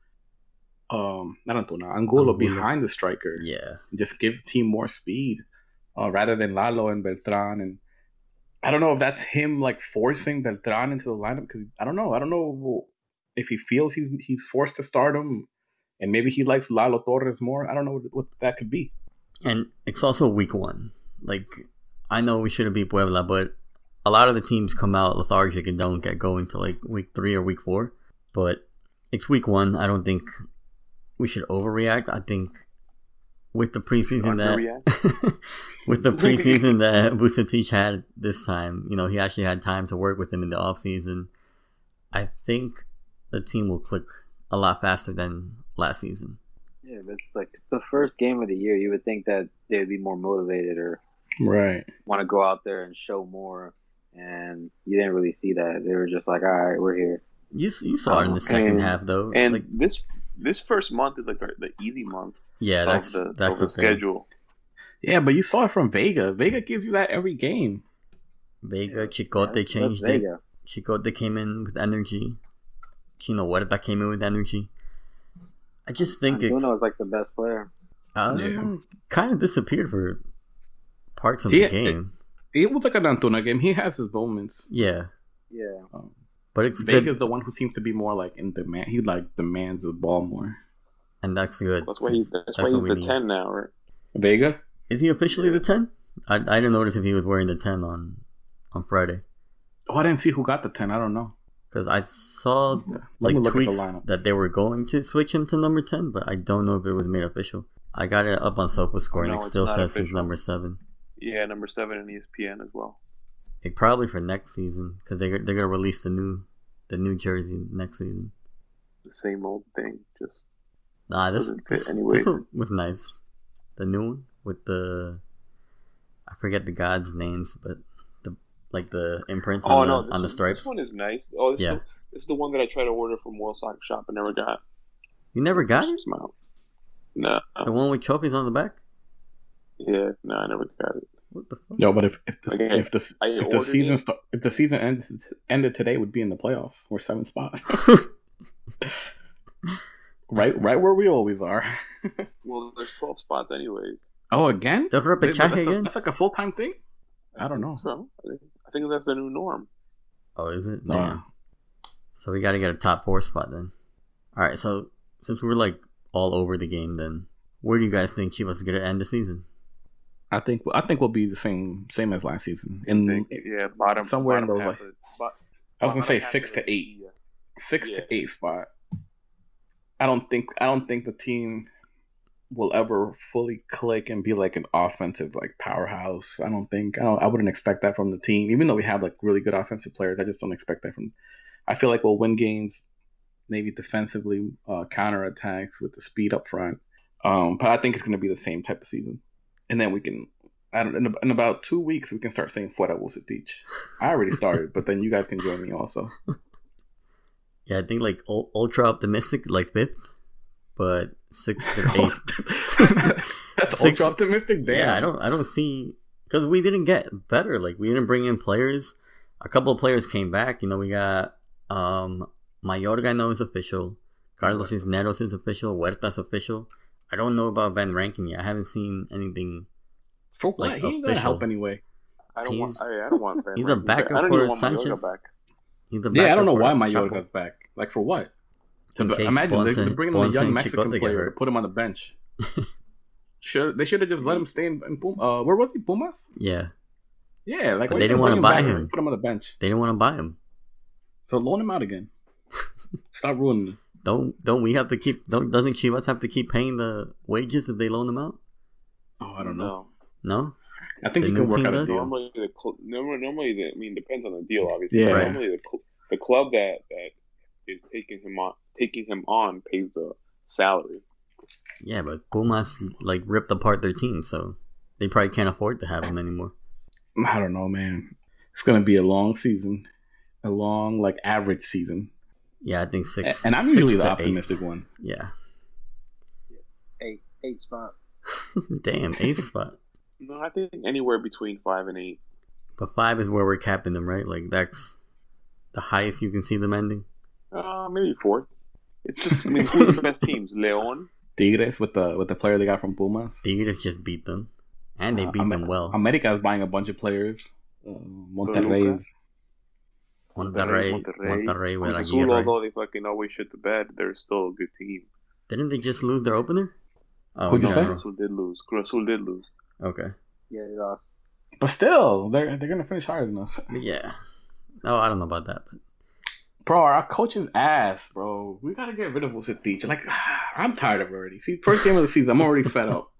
[SPEAKER 3] um, not Antuna,
[SPEAKER 1] Angulo.
[SPEAKER 3] Angulo behind the striker
[SPEAKER 1] Yeah.
[SPEAKER 3] and just give the team more speed uh, rather than Lalo and Beltran. And I don't know if that's him like forcing Beltran into the lineup because I don't know. I don't know if he feels he's he's forced to start him, and maybe he likes Lalo Torres more. I don't know what, what that could be.
[SPEAKER 1] And it's also week one. Like, I know we should have beat Puebla, but a lot of the teams come out lethargic and don't get going till like week three or week four. But it's week one. I don't think we should overreact. I think with the preseason that
[SPEAKER 2] Underreact?
[SPEAKER 1] with the preseason that Vucetic had this time, you know, he actually had time to work with him in the offseason. I think the team will click a lot faster than last season.
[SPEAKER 4] Yeah, but it's like it's the first game of the year. You would think that they'd be more motivated or
[SPEAKER 3] Right.
[SPEAKER 4] want to go out there and show more, and you didn't really see that. They were just like, "All right, we're here."
[SPEAKER 1] You, you saw it in the second
[SPEAKER 2] Oh, And-
[SPEAKER 1] half, though.
[SPEAKER 2] and
[SPEAKER 1] Like,
[SPEAKER 2] this this first month is like the, the easy month
[SPEAKER 1] yeah, that's
[SPEAKER 2] of the,
[SPEAKER 1] that's
[SPEAKER 2] of
[SPEAKER 1] the,
[SPEAKER 2] the
[SPEAKER 1] thing.
[SPEAKER 2] schedule.
[SPEAKER 3] Yeah, but you saw it from Vega. Vega gives you that every game.
[SPEAKER 1] Vega, Chicote
[SPEAKER 4] That's-
[SPEAKER 1] changed
[SPEAKER 4] that's
[SPEAKER 1] it.
[SPEAKER 4] Vega.
[SPEAKER 1] Chicote came in with energy. Chino Huerta came in with energy. I just think it's
[SPEAKER 4] Antuno is like the best player.
[SPEAKER 1] uh,
[SPEAKER 3] Yeah.
[SPEAKER 1] kind of disappeared for parts of
[SPEAKER 3] Yeah, it-
[SPEAKER 1] the game.
[SPEAKER 3] It was like an Antuna game. He has his moments.
[SPEAKER 1] yeah,
[SPEAKER 4] Yeah,
[SPEAKER 3] Um,
[SPEAKER 1] but it's good.
[SPEAKER 3] Vega's the one who seems to be more like in demand. He like demands the ball more.
[SPEAKER 1] And that's good.
[SPEAKER 2] That's why he's that's, why
[SPEAKER 1] what
[SPEAKER 2] he's
[SPEAKER 1] we
[SPEAKER 2] the
[SPEAKER 1] need.
[SPEAKER 2] ten now, right?
[SPEAKER 3] Vega.
[SPEAKER 1] Is he officially the ten? I, I didn't notice if he was wearing the ten on on Friday
[SPEAKER 3] Oh, I didn't see who got the ten. I don't know.
[SPEAKER 1] because I saw
[SPEAKER 3] Let
[SPEAKER 1] like
[SPEAKER 3] me look at the
[SPEAKER 1] tweets
[SPEAKER 3] lineup.
[SPEAKER 1] that they were going to switch him to number ten, but I don't know if it was made official. I got it up on Sofa Score, and
[SPEAKER 2] No,
[SPEAKER 1] it
[SPEAKER 2] it's
[SPEAKER 1] still
[SPEAKER 2] not
[SPEAKER 1] says he's
[SPEAKER 2] official.
[SPEAKER 1] number seven.
[SPEAKER 2] Yeah, number seven in E ESPN as well.
[SPEAKER 1] It probably for next season because they they're gonna release the new the new jersey next season.
[SPEAKER 2] The same old thing, just
[SPEAKER 1] Nah, this
[SPEAKER 2] Doesn't fit
[SPEAKER 1] this, this
[SPEAKER 2] anyways.
[SPEAKER 1] one was nice. The new one with the I forget the gods' names, but the like the imprints on, the,
[SPEAKER 2] Oh, this
[SPEAKER 1] on the
[SPEAKER 2] is-
[SPEAKER 1] stripes.
[SPEAKER 2] This one is nice. Oh, this,
[SPEAKER 1] Yeah.
[SPEAKER 2] is the, this is the one that I tried to order from World Sock Shop and never got.
[SPEAKER 1] You never got it.
[SPEAKER 2] Smile. No.
[SPEAKER 1] The one with trophies on the back?
[SPEAKER 2] Yeah, no, I never got it.
[SPEAKER 1] What the fuck?
[SPEAKER 3] No, but if if the,
[SPEAKER 2] Okay.
[SPEAKER 3] if the
[SPEAKER 2] I
[SPEAKER 3] if the
[SPEAKER 2] ordered
[SPEAKER 3] season
[SPEAKER 2] it.
[SPEAKER 3] sta- if the season ended ended today, would be in the playoffs. We're seventh spot, right? Right where we always are.
[SPEAKER 2] Well, there's 12 spots anyways.
[SPEAKER 3] Oh, again?
[SPEAKER 1] the
[SPEAKER 3] Wait, but
[SPEAKER 1] repechaje
[SPEAKER 3] that's, a-
[SPEAKER 1] again?
[SPEAKER 3] that's like a full time thing. I don't know.
[SPEAKER 2] So I think- I think that's the new norm.
[SPEAKER 1] Oh, is it?
[SPEAKER 3] No.
[SPEAKER 1] Damn. So we got to get a top four spot then. All right. So since we were like all over the game, then where do you guys think Chivas is going to end the season?
[SPEAKER 3] I think I think we'll be the same same as last season.
[SPEAKER 2] I
[SPEAKER 3] In
[SPEAKER 2] think, yeah, bottom
[SPEAKER 3] Mm. somewhere in
[SPEAKER 2] bottom
[SPEAKER 3] those,
[SPEAKER 2] half
[SPEAKER 3] like-
[SPEAKER 2] of- bo-
[SPEAKER 3] I was gonna say
[SPEAKER 2] bottom half
[SPEAKER 3] six
[SPEAKER 2] of
[SPEAKER 3] to
[SPEAKER 2] the-
[SPEAKER 3] eight,
[SPEAKER 2] yeah.
[SPEAKER 3] six
[SPEAKER 2] Yeah.
[SPEAKER 3] to eight spot. I don't think I don't think the team will ever fully click and be like an offensive like powerhouse. I don't think I don't, I wouldn't expect that from the team. Even though we have like really good offensive players, I just don't expect that from. I feel like we'll win games, maybe defensively, uh, counter attacks with the speed up front. Um, but I think it's gonna be the same type of season, and then we can. I don't, in, in about two weeks, we can start saying "Fuera Vucetic." I already started, but then you guys can join me also.
[SPEAKER 1] Yeah, I think like ul- ultra optimistic, like fifth, but sixth or eighth.
[SPEAKER 3] That's
[SPEAKER 1] Six-
[SPEAKER 3] ultra optimistic. Damn.
[SPEAKER 1] Yeah, I don't, I don't see because we didn't get better. Like we didn't bring in players. A couple of players came back. You know, we got um Mayorga. I know is official. Carlos Cisneros is official. Huerta's official. I don't know about Van Rankin yet. I haven't seen anything.
[SPEAKER 3] For what?
[SPEAKER 1] Like, oh,
[SPEAKER 3] he ain't gonna
[SPEAKER 1] official.
[SPEAKER 3] help anyway.
[SPEAKER 2] I don't want.
[SPEAKER 1] He's-
[SPEAKER 2] I, I don't want. Van
[SPEAKER 1] he's a
[SPEAKER 2] Rankin back.
[SPEAKER 1] backup
[SPEAKER 2] I don't
[SPEAKER 1] for
[SPEAKER 2] even want Mayorga
[SPEAKER 1] Sanchez.
[SPEAKER 2] back.
[SPEAKER 1] He's the
[SPEAKER 3] Yeah, I
[SPEAKER 1] backup
[SPEAKER 3] don't know
[SPEAKER 1] for
[SPEAKER 3] why
[SPEAKER 1] Chapo.
[SPEAKER 3] Mayorga's back. Like for what? To,
[SPEAKER 1] In
[SPEAKER 3] but
[SPEAKER 1] case
[SPEAKER 3] imagine they,
[SPEAKER 1] Bonsa-
[SPEAKER 3] they're bringing in a
[SPEAKER 1] Bonsa
[SPEAKER 3] young
[SPEAKER 1] and
[SPEAKER 3] Mexican
[SPEAKER 1] Chicote get
[SPEAKER 3] player to
[SPEAKER 1] hurt.
[SPEAKER 3] put him on the bench. should they should have just let him stay in, in Pum- uh, where was he? Pumas?
[SPEAKER 1] Yeah,
[SPEAKER 3] Yeah, like
[SPEAKER 1] But
[SPEAKER 3] why
[SPEAKER 1] they didn't
[SPEAKER 3] you bring
[SPEAKER 1] wanna buy
[SPEAKER 3] back
[SPEAKER 1] him.
[SPEAKER 3] and Put him on the bench.
[SPEAKER 1] they didn't want to buy him.
[SPEAKER 3] So loan him out again. Stop ruining. it.
[SPEAKER 1] Don't don't we have to keep? Don't doesn't Chivas have to keep paying the wages if they loan them out?
[SPEAKER 3] Oh, I don't know.
[SPEAKER 1] No,
[SPEAKER 3] I think
[SPEAKER 1] The
[SPEAKER 3] you can
[SPEAKER 1] new
[SPEAKER 3] work
[SPEAKER 1] team
[SPEAKER 3] out a
[SPEAKER 1] does?
[SPEAKER 3] deal.
[SPEAKER 2] Normally, the cl- normally, normally the, I mean, depends on the deal, obviously.
[SPEAKER 3] Yeah.
[SPEAKER 2] but
[SPEAKER 1] Right.
[SPEAKER 2] Normally, the, cl- the club that, that is taking him on taking him on pays the salary.
[SPEAKER 1] yeah, but Pumas like ripped apart their team, so they probably can't afford to have him anymore.
[SPEAKER 3] I don't know, man. It's gonna be a long season, a long like average season.
[SPEAKER 1] Yeah, I think
[SPEAKER 3] A-
[SPEAKER 1] six.
[SPEAKER 3] And I'm
[SPEAKER 1] six
[SPEAKER 3] usually the
[SPEAKER 1] to eight.
[SPEAKER 3] optimistic one.
[SPEAKER 1] Yeah,
[SPEAKER 4] Eight, eight spot.
[SPEAKER 1] damn eighth spot.
[SPEAKER 2] No, I think anywhere between five and eight.
[SPEAKER 1] But five is where we're capping them, right? Like that's the highest you can see them ending.
[SPEAKER 2] Uh, maybe fourth. It's just, I mean, who are the best teams? Leon.
[SPEAKER 3] Tigres with the with the player they got from Pumas.
[SPEAKER 1] Tigres just beat them, and they
[SPEAKER 3] Uh,
[SPEAKER 1] beat
[SPEAKER 3] Ame-
[SPEAKER 1] them well.
[SPEAKER 3] America is buying a bunch of players. Uh, Monterrey. is-
[SPEAKER 1] Monterrey,
[SPEAKER 2] Monterrey,
[SPEAKER 1] Monterrey, with
[SPEAKER 2] Cruz Azul,
[SPEAKER 1] Aguirre.
[SPEAKER 2] although they fucking always shit the bed, they're still a good team.
[SPEAKER 1] Didn't they just lose their opener? Oh,
[SPEAKER 3] Who'd you
[SPEAKER 1] no,
[SPEAKER 3] say?
[SPEAKER 1] no.
[SPEAKER 2] Cruz Azul did lose. Cruz Azul did lose.
[SPEAKER 1] Okay.
[SPEAKER 4] Yeah, they lost.
[SPEAKER 3] But still, they're they're gonna finish higher than us.
[SPEAKER 1] But yeah. Oh, I don't know about that. But
[SPEAKER 3] Bro, our coach is ass, bro. We gotta get rid of Vucetic. Like, I'm tired of it already. See, first game of the season, I'm already fed up.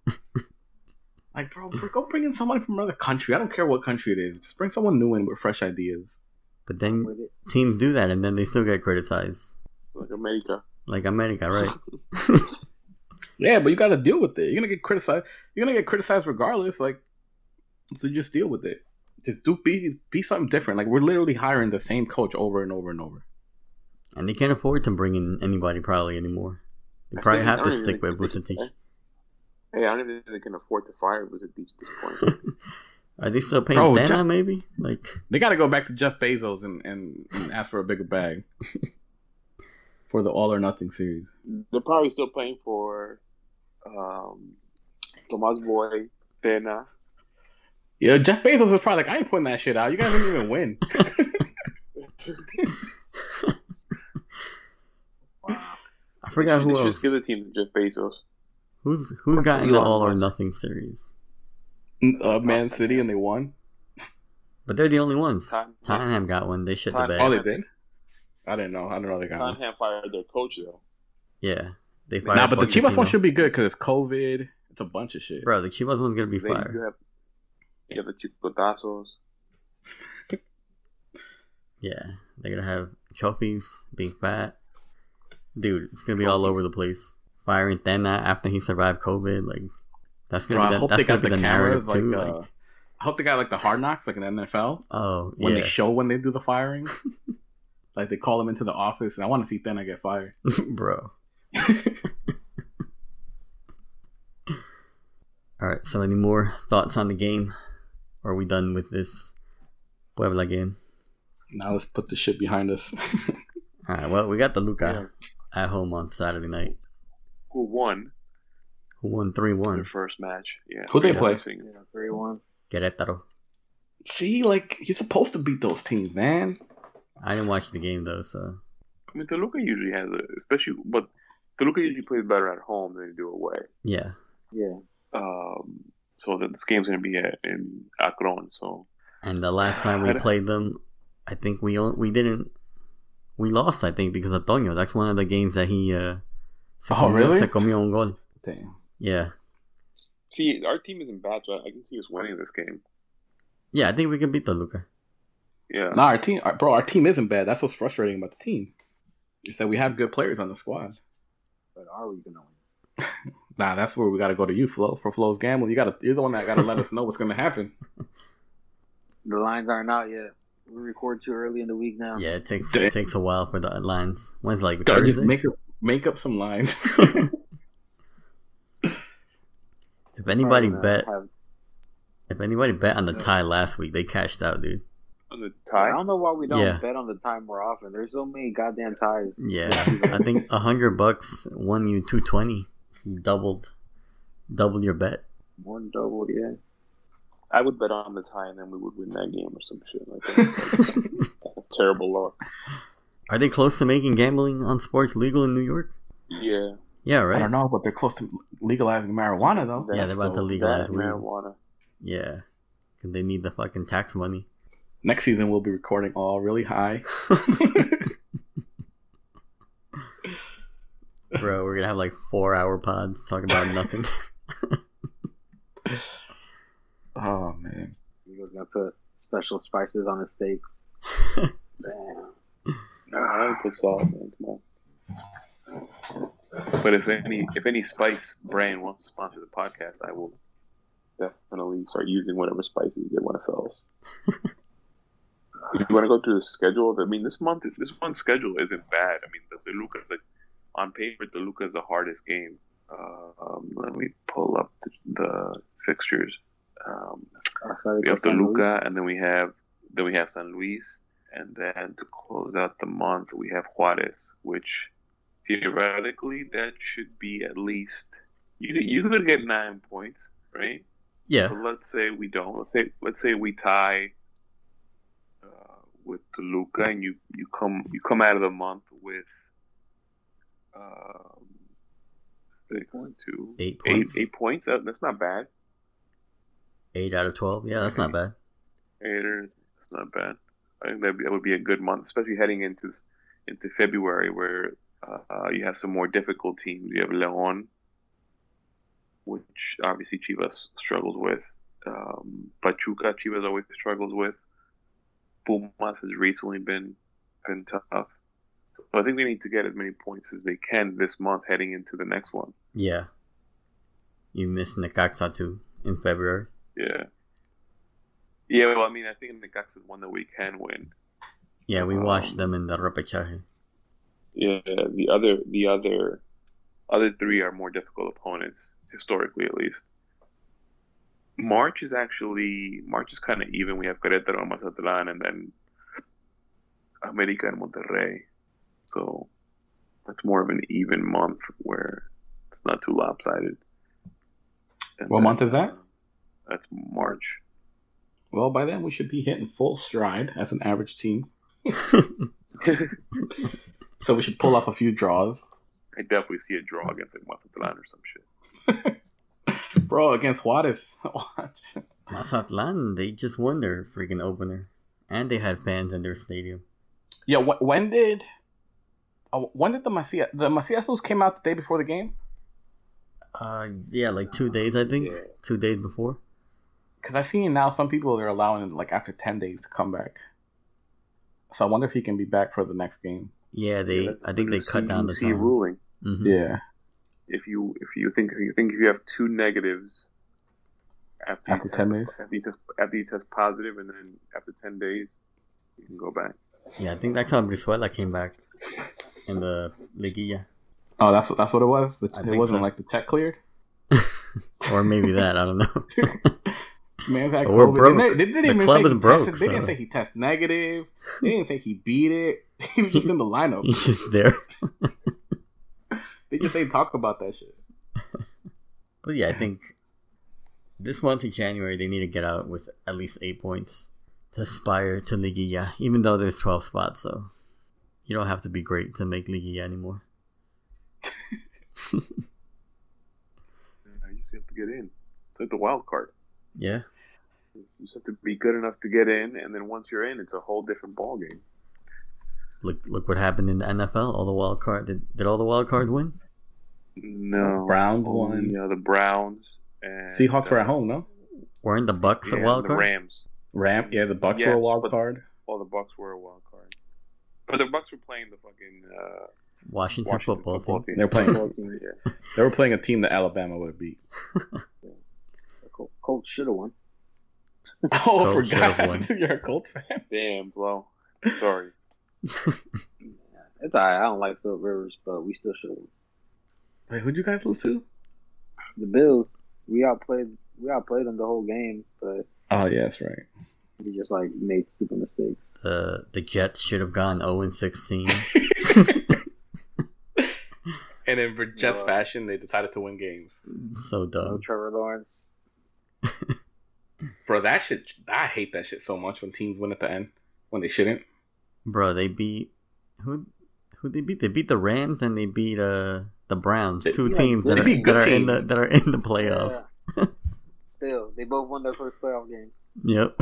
[SPEAKER 3] Like, bro, br- go bring in someone from another country. I don't care what country it is. Just bring someone new in with fresh ideas.
[SPEAKER 1] but then
[SPEAKER 4] With it.
[SPEAKER 1] teams do that, and then they still get criticized,
[SPEAKER 2] Like America.
[SPEAKER 1] like America, right?
[SPEAKER 3] Yeah, but you gotta deal with it. You're gonna get criticized. You're gonna get criticized regardless. Like, so just deal with it. Just do be be something different. Like, we're literally hiring the same coach over and over and over.
[SPEAKER 1] and they can't afford to bring in anybody probably anymore. They
[SPEAKER 2] I
[SPEAKER 1] probably
[SPEAKER 2] think- I
[SPEAKER 1] have to
[SPEAKER 2] don't even
[SPEAKER 1] stick with
[SPEAKER 2] think they can-
[SPEAKER 1] Vucetic.
[SPEAKER 2] Hey, I don't even think they can afford to fire Vucetic at this point.
[SPEAKER 1] Are they still paying
[SPEAKER 3] Bro,
[SPEAKER 1] Dana?
[SPEAKER 3] Jeff-
[SPEAKER 1] maybe like
[SPEAKER 3] They got to go back to Jeff Bezos and, and, and ask for a bigger bag for the All or Nothing series.
[SPEAKER 2] They're probably still playing for um, Tomas Boy, Pena.
[SPEAKER 3] Yeah, Jeff Bezos is probably like, I ain't putting that shit out. You guys didn't even win.
[SPEAKER 1] I forgot
[SPEAKER 2] They
[SPEAKER 1] who
[SPEAKER 2] should
[SPEAKER 1] else.
[SPEAKER 2] just give the team to Jeff Bezos.
[SPEAKER 1] Who's who's got in the
[SPEAKER 2] Elon
[SPEAKER 1] All or
[SPEAKER 2] Musk.
[SPEAKER 1] Nothing series?
[SPEAKER 3] uh, Man City and they won.
[SPEAKER 1] But they're the only ones.
[SPEAKER 2] Tottenham-
[SPEAKER 1] Tottenham got one. They shit the
[SPEAKER 2] Tottenham-
[SPEAKER 1] bed.
[SPEAKER 3] Oh, they did. I didn't know. I didn't know they got one.
[SPEAKER 2] Tottenham fired their coach though.
[SPEAKER 1] yeah, they
[SPEAKER 2] Nah,
[SPEAKER 1] fired.
[SPEAKER 3] Nah, but the Chivas one
[SPEAKER 1] Pochettino.
[SPEAKER 3] should be good because it's COVID. It's a bunch of shit.
[SPEAKER 1] Bro, the Chivas one's gonna be
[SPEAKER 2] Then you
[SPEAKER 1] fired.
[SPEAKER 2] have you have the Chicotazos.
[SPEAKER 1] Yeah, they're gonna have trophies, being fat. Dude, it's gonna be all over the place. Firing Tena after he survived COVID, like that's
[SPEAKER 3] Bro,
[SPEAKER 1] gonna
[SPEAKER 3] I
[SPEAKER 1] be the,
[SPEAKER 3] hope they
[SPEAKER 1] that's gonna
[SPEAKER 3] got
[SPEAKER 1] be
[SPEAKER 3] the
[SPEAKER 1] the
[SPEAKER 3] cameras.
[SPEAKER 1] narrative
[SPEAKER 3] Like,
[SPEAKER 1] too.
[SPEAKER 3] uh,
[SPEAKER 1] like,
[SPEAKER 3] I hope they got like the hard knocks, like in NFL,
[SPEAKER 1] oh
[SPEAKER 3] when they
[SPEAKER 1] yeah,
[SPEAKER 3] show when they do the firing. like they call them into the office, and I want to see Tena get fired.
[SPEAKER 1] bro. All right, so any more thoughts on the game? Or are we done with this Puebla game?
[SPEAKER 3] Now let's put the shit behind us.
[SPEAKER 1] All right, well, we got the Luca at home on Saturday night,
[SPEAKER 2] Who won
[SPEAKER 1] who won 3
[SPEAKER 2] their
[SPEAKER 1] 1.
[SPEAKER 2] first match? Yeah.
[SPEAKER 3] Who'd they
[SPEAKER 2] Yeah,
[SPEAKER 3] play?
[SPEAKER 2] I think-
[SPEAKER 4] Yeah, three one.
[SPEAKER 1] Querétaro.
[SPEAKER 3] See, like you're supposed to beat those teams, man.
[SPEAKER 1] I didn't watch the game though, so
[SPEAKER 2] I mean, Toluca usually has a, especially, but Toluca usually plays better at home than they do away.
[SPEAKER 1] yeah.
[SPEAKER 4] Yeah.
[SPEAKER 2] Um, so that this game's going to be at, in Akron. So
[SPEAKER 1] And the last time we
[SPEAKER 2] I-
[SPEAKER 1] played them, I think we on- we didn't we lost. I think because of Tonyo. That's one of the games that he uh, se
[SPEAKER 3] Oh, really?
[SPEAKER 1] se comió un gol.
[SPEAKER 3] Damn.
[SPEAKER 1] Yeah,
[SPEAKER 2] see, our team isn't bad. So I can see us winning this game.
[SPEAKER 1] yeah. I think we can beat Toluca.
[SPEAKER 2] Yeah,
[SPEAKER 3] Nah, our team, our- bro, our team isn't bad. That's what's frustrating about the team. Is that we have good players on the squad.
[SPEAKER 4] But are we gonna win?
[SPEAKER 3] Nah, that's where we got to go to you, Flo, for Flo's gamble. You got to, you're the one that got to let us know what's gonna happen.
[SPEAKER 4] The lines aren't out yet. We record too early in the week now.
[SPEAKER 1] Yeah, it takes
[SPEAKER 3] Damn.
[SPEAKER 1] it takes a while for the lines. When's like
[SPEAKER 3] Just
[SPEAKER 1] Thursday?
[SPEAKER 3] make up, make up some lines.
[SPEAKER 1] if anybody
[SPEAKER 4] Probably
[SPEAKER 1] bet,
[SPEAKER 4] not have-
[SPEAKER 1] if anybody bet on the
[SPEAKER 4] Yeah.
[SPEAKER 1] tie last week, they cashed out, dude.
[SPEAKER 2] on the
[SPEAKER 4] I
[SPEAKER 2] tie.
[SPEAKER 4] don't know why we don't
[SPEAKER 1] Yeah.
[SPEAKER 4] bet on the time more often. There's so many goddamn ties.
[SPEAKER 1] Yeah, I think a hundred bucks won you two twenty. Doubled, double your bet.
[SPEAKER 4] One double, yeah.
[SPEAKER 2] I would bet on the tie, and then we would win that game or some shit like that. Terrible luck.
[SPEAKER 1] Are they close to making gambling on sports legal in New York?
[SPEAKER 2] Yeah,
[SPEAKER 1] Yeah, right.
[SPEAKER 3] I don't know, but they're close to legalizing marijuana though.
[SPEAKER 1] Yeah, they're about
[SPEAKER 2] the-
[SPEAKER 1] to legalize
[SPEAKER 2] that
[SPEAKER 1] weed.
[SPEAKER 2] marijuana.
[SPEAKER 1] Yeah. 'Cause They need the fucking tax money.
[SPEAKER 3] Next season we'll be recording all really high.
[SPEAKER 1] Bro, we're gonna have like four hour pods talking about nothing.
[SPEAKER 3] Oh man,
[SPEAKER 4] He was gonna put special spices on his steak. Damn.
[SPEAKER 2] No, I would put salt. Man. Come on. But if any if any spice brand wants to sponsor the podcast, I will definitely start using whatever spices they want to sell us. you want to go through the schedule? I mean, this month this month's schedule isn't bad. I mean, the Toluca like on paper, Toluca is the hardest game. Uh, um, let me pull up the, the fixtures. Um, we have Toluca, and then we have then we have San Luis, and then to close out the month we have Juarez, which theoretically that should be at least you could- you could get nine points, right?
[SPEAKER 1] yeah.
[SPEAKER 2] But let's say we don't. Let's say let's say we tie uh, with Toluca, and you you come you come out of the month with um, six, two,
[SPEAKER 1] Eight
[SPEAKER 2] eight,
[SPEAKER 1] points.
[SPEAKER 2] eight points. That- That's not bad.
[SPEAKER 1] Eight out of 12. Yeah, that's not bad.
[SPEAKER 2] Haters, that's not bad. I think that that would be a good month, especially heading into into February, where uh, uh, you have some more difficult teams. You have León, which obviously Chivas struggles with. Um, Pachuca, Chivas always struggles with. Pumas has recently been been tough. So I think they need to get as many points as they can this month, heading into the next one.
[SPEAKER 1] Yeah. You missed Necaxa too in February.
[SPEAKER 2] Yeah. Yeah, well, I mean, I think Necaxa is one that we can win.
[SPEAKER 1] Yeah, we watched
[SPEAKER 2] Um,
[SPEAKER 1] them in the repechaje.
[SPEAKER 2] Yeah, the other the other other three are more difficult opponents historically, at least. March is actually March is kind of even. We have Querétaro and Mazatlán, and then America and Monterrey. So that's more of an even month where it's not too lopsided. And
[SPEAKER 3] What
[SPEAKER 2] then,
[SPEAKER 3] month is that?
[SPEAKER 2] uh, That's March.
[SPEAKER 3] well by then we should be hitting full stride as an average team. So we should pull off a few draws,
[SPEAKER 2] I definitely see a draw against like Mazatlán or some shit.
[SPEAKER 3] bro, against Juarez.
[SPEAKER 1] Mazatlan, they just won their freaking opener. And they had fans in their stadium.
[SPEAKER 3] yeah, wh- when did? Uh, when did the Macias the Macias news came out the day before the game?
[SPEAKER 1] Uh, yeah, like two days, I think.
[SPEAKER 2] Yeah.
[SPEAKER 1] Two days before.
[SPEAKER 3] Because I've seen now some people they're allowing it like after ten days to come back. So I wonder if he can be back for the next game.
[SPEAKER 1] Yeah, they.
[SPEAKER 2] That's
[SPEAKER 1] I think they
[SPEAKER 2] under
[SPEAKER 1] cut down the
[SPEAKER 2] CEC
[SPEAKER 1] time.
[SPEAKER 2] ruling.
[SPEAKER 1] Mhm.
[SPEAKER 3] Yeah,
[SPEAKER 2] if you if you think if you think if you have two negatives after, you
[SPEAKER 3] After
[SPEAKER 2] test-
[SPEAKER 3] 10 days?
[SPEAKER 2] after you test after you test positive and then after ten days you can go back.
[SPEAKER 1] Yeah, I think that's how Brizuela came back in the Liguilla.
[SPEAKER 3] Oh, that's that's what it was. It,
[SPEAKER 1] I
[SPEAKER 3] it
[SPEAKER 1] think
[SPEAKER 3] wasn't
[SPEAKER 1] so.
[SPEAKER 3] like the check cleared.
[SPEAKER 1] Or maybe that, I don't know.
[SPEAKER 3] Man, that
[SPEAKER 1] Oh, We're
[SPEAKER 3] COVID.
[SPEAKER 1] broke.
[SPEAKER 3] They, they didn't
[SPEAKER 1] The
[SPEAKER 3] even
[SPEAKER 1] club
[SPEAKER 3] say
[SPEAKER 1] is
[SPEAKER 3] he
[SPEAKER 1] broke,
[SPEAKER 3] tested- They didn't
[SPEAKER 1] so-
[SPEAKER 3] say he tested negative. They didn't say he beat it. He was just in the lineup.
[SPEAKER 1] He's just there.
[SPEAKER 3] They just ain't talk about that shit.
[SPEAKER 1] But yeah, I think this month in January they need to get out with at least eight points. to aspire to Liguilla, even though there's 12 spots, so you don't have to be great to make Liguilla anymore.
[SPEAKER 2] You just have to get in. It's like the wild card.
[SPEAKER 1] Yeah.
[SPEAKER 2] You just have to be good enough to get in, and then once you're in, it's a whole different ball game.
[SPEAKER 1] Look look what happened in the NFL. All the wild card did, did all the wild cards win?
[SPEAKER 2] No,
[SPEAKER 3] Browns
[SPEAKER 2] only,
[SPEAKER 3] won.
[SPEAKER 2] uh, the Browns and
[SPEAKER 3] Seahawks
[SPEAKER 2] uh,
[SPEAKER 3] were at home, no?
[SPEAKER 1] Weren't the Bucks
[SPEAKER 2] yeah,
[SPEAKER 1] a wild
[SPEAKER 2] the
[SPEAKER 1] card?
[SPEAKER 2] Rams.
[SPEAKER 3] Ram, yeah, the Bucks were a
[SPEAKER 2] Yes,
[SPEAKER 3] wild
[SPEAKER 2] but-
[SPEAKER 3] card.
[SPEAKER 2] Well, the Bucks were a wild card, but the Bucks were playing the fucking uh,
[SPEAKER 1] Washington,
[SPEAKER 2] Washington
[SPEAKER 1] football, team.
[SPEAKER 3] They're playing.
[SPEAKER 2] Yeah.
[SPEAKER 3] they were playing a team that Alabama would have beat.
[SPEAKER 4] Col- Colts should have won.
[SPEAKER 3] Oh, I
[SPEAKER 1] Colts should've
[SPEAKER 3] forgot. You're a Colts fan.
[SPEAKER 2] Damn, blow. Sorry.
[SPEAKER 4] It's all right. I don't like Philip Rivers, but we still should have won.
[SPEAKER 3] Wait, who'd you guys lose to?
[SPEAKER 4] The Bills, we outplayed we outplayed them the whole game, but
[SPEAKER 3] Oh yeah, that's right.
[SPEAKER 4] we just like made stupid mistakes.
[SPEAKER 1] Uh, The the Jets should have gone 0 and 16.
[SPEAKER 3] And in Vir- Jets
[SPEAKER 2] Uh,
[SPEAKER 3] fashion, they decided to win games.
[SPEAKER 1] so
[SPEAKER 4] No
[SPEAKER 1] dumb.
[SPEAKER 4] Trevor Lawrence.
[SPEAKER 3] Bro, that shit. I hate that shit so much when teams win at the end when they shouldn't.
[SPEAKER 1] Bro, they beat who? Who they beat? They beat the Rams and they beat uh the Browns.
[SPEAKER 3] They-
[SPEAKER 1] Two
[SPEAKER 4] yeah,
[SPEAKER 1] teams
[SPEAKER 4] they
[SPEAKER 1] that, are,
[SPEAKER 3] beat good
[SPEAKER 1] that are in the
[SPEAKER 3] teams.
[SPEAKER 1] that are in the playoffs.
[SPEAKER 4] Yeah. Still, they both won their first playoff game.
[SPEAKER 1] Yep.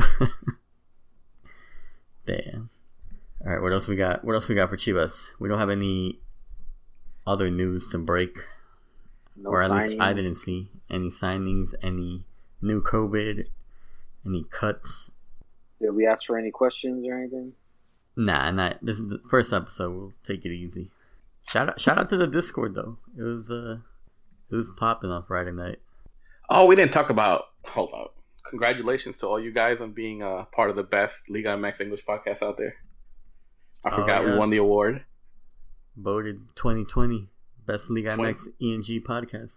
[SPEAKER 1] Damn. All right, what else we got? What else we got for Chivas? We don't have any other news to break,
[SPEAKER 4] No
[SPEAKER 1] or at least I
[SPEAKER 4] signings.
[SPEAKER 1] didn't see any signings, any new COVID, any cuts.
[SPEAKER 4] Did we ask for any questions or anything?
[SPEAKER 1] Nah, not this is the first episode. We'll take it easy. Shout out, shout out to the Discord though. It was uh, it was popping on Friday night.
[SPEAKER 3] Oh, we didn't talk about. Hold up. Congratulations to all you guys on being uh, part of the best Liga MX English podcast out there. I
[SPEAKER 1] Oh,
[SPEAKER 3] forgot we won the
[SPEAKER 1] yes.
[SPEAKER 3] award.
[SPEAKER 1] Voted 2020 best League
[SPEAKER 3] Twenty-
[SPEAKER 1] IMAX ENG podcast,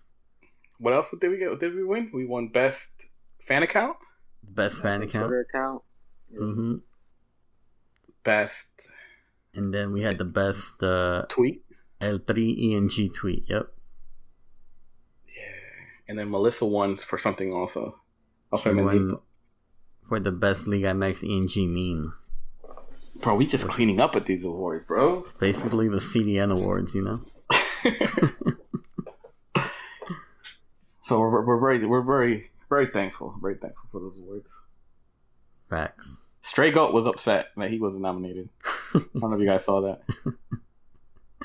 [SPEAKER 3] What else did we get? Did we win? We won best fan account,
[SPEAKER 1] best fan account.
[SPEAKER 4] Twitter account.
[SPEAKER 1] hmm
[SPEAKER 3] best
[SPEAKER 1] And then we had the best uh,
[SPEAKER 3] tweet.
[SPEAKER 1] El Tri ENG tweet. Yep,
[SPEAKER 3] Yeah. And then Melissa won for something also.
[SPEAKER 1] She
[SPEAKER 3] Also,
[SPEAKER 1] won for the best League IMAX ENG meme.
[SPEAKER 3] bro, we just cleaning up at these awards, bro.
[SPEAKER 1] It's basically the CDN awards, you know.
[SPEAKER 3] so we're, we're very, we're very, very thankful, very thankful for those awards.
[SPEAKER 1] Facts.
[SPEAKER 3] Stray Goat was upset that he wasn't nominated. I don't know if you guys saw that.
[SPEAKER 4] Yeah,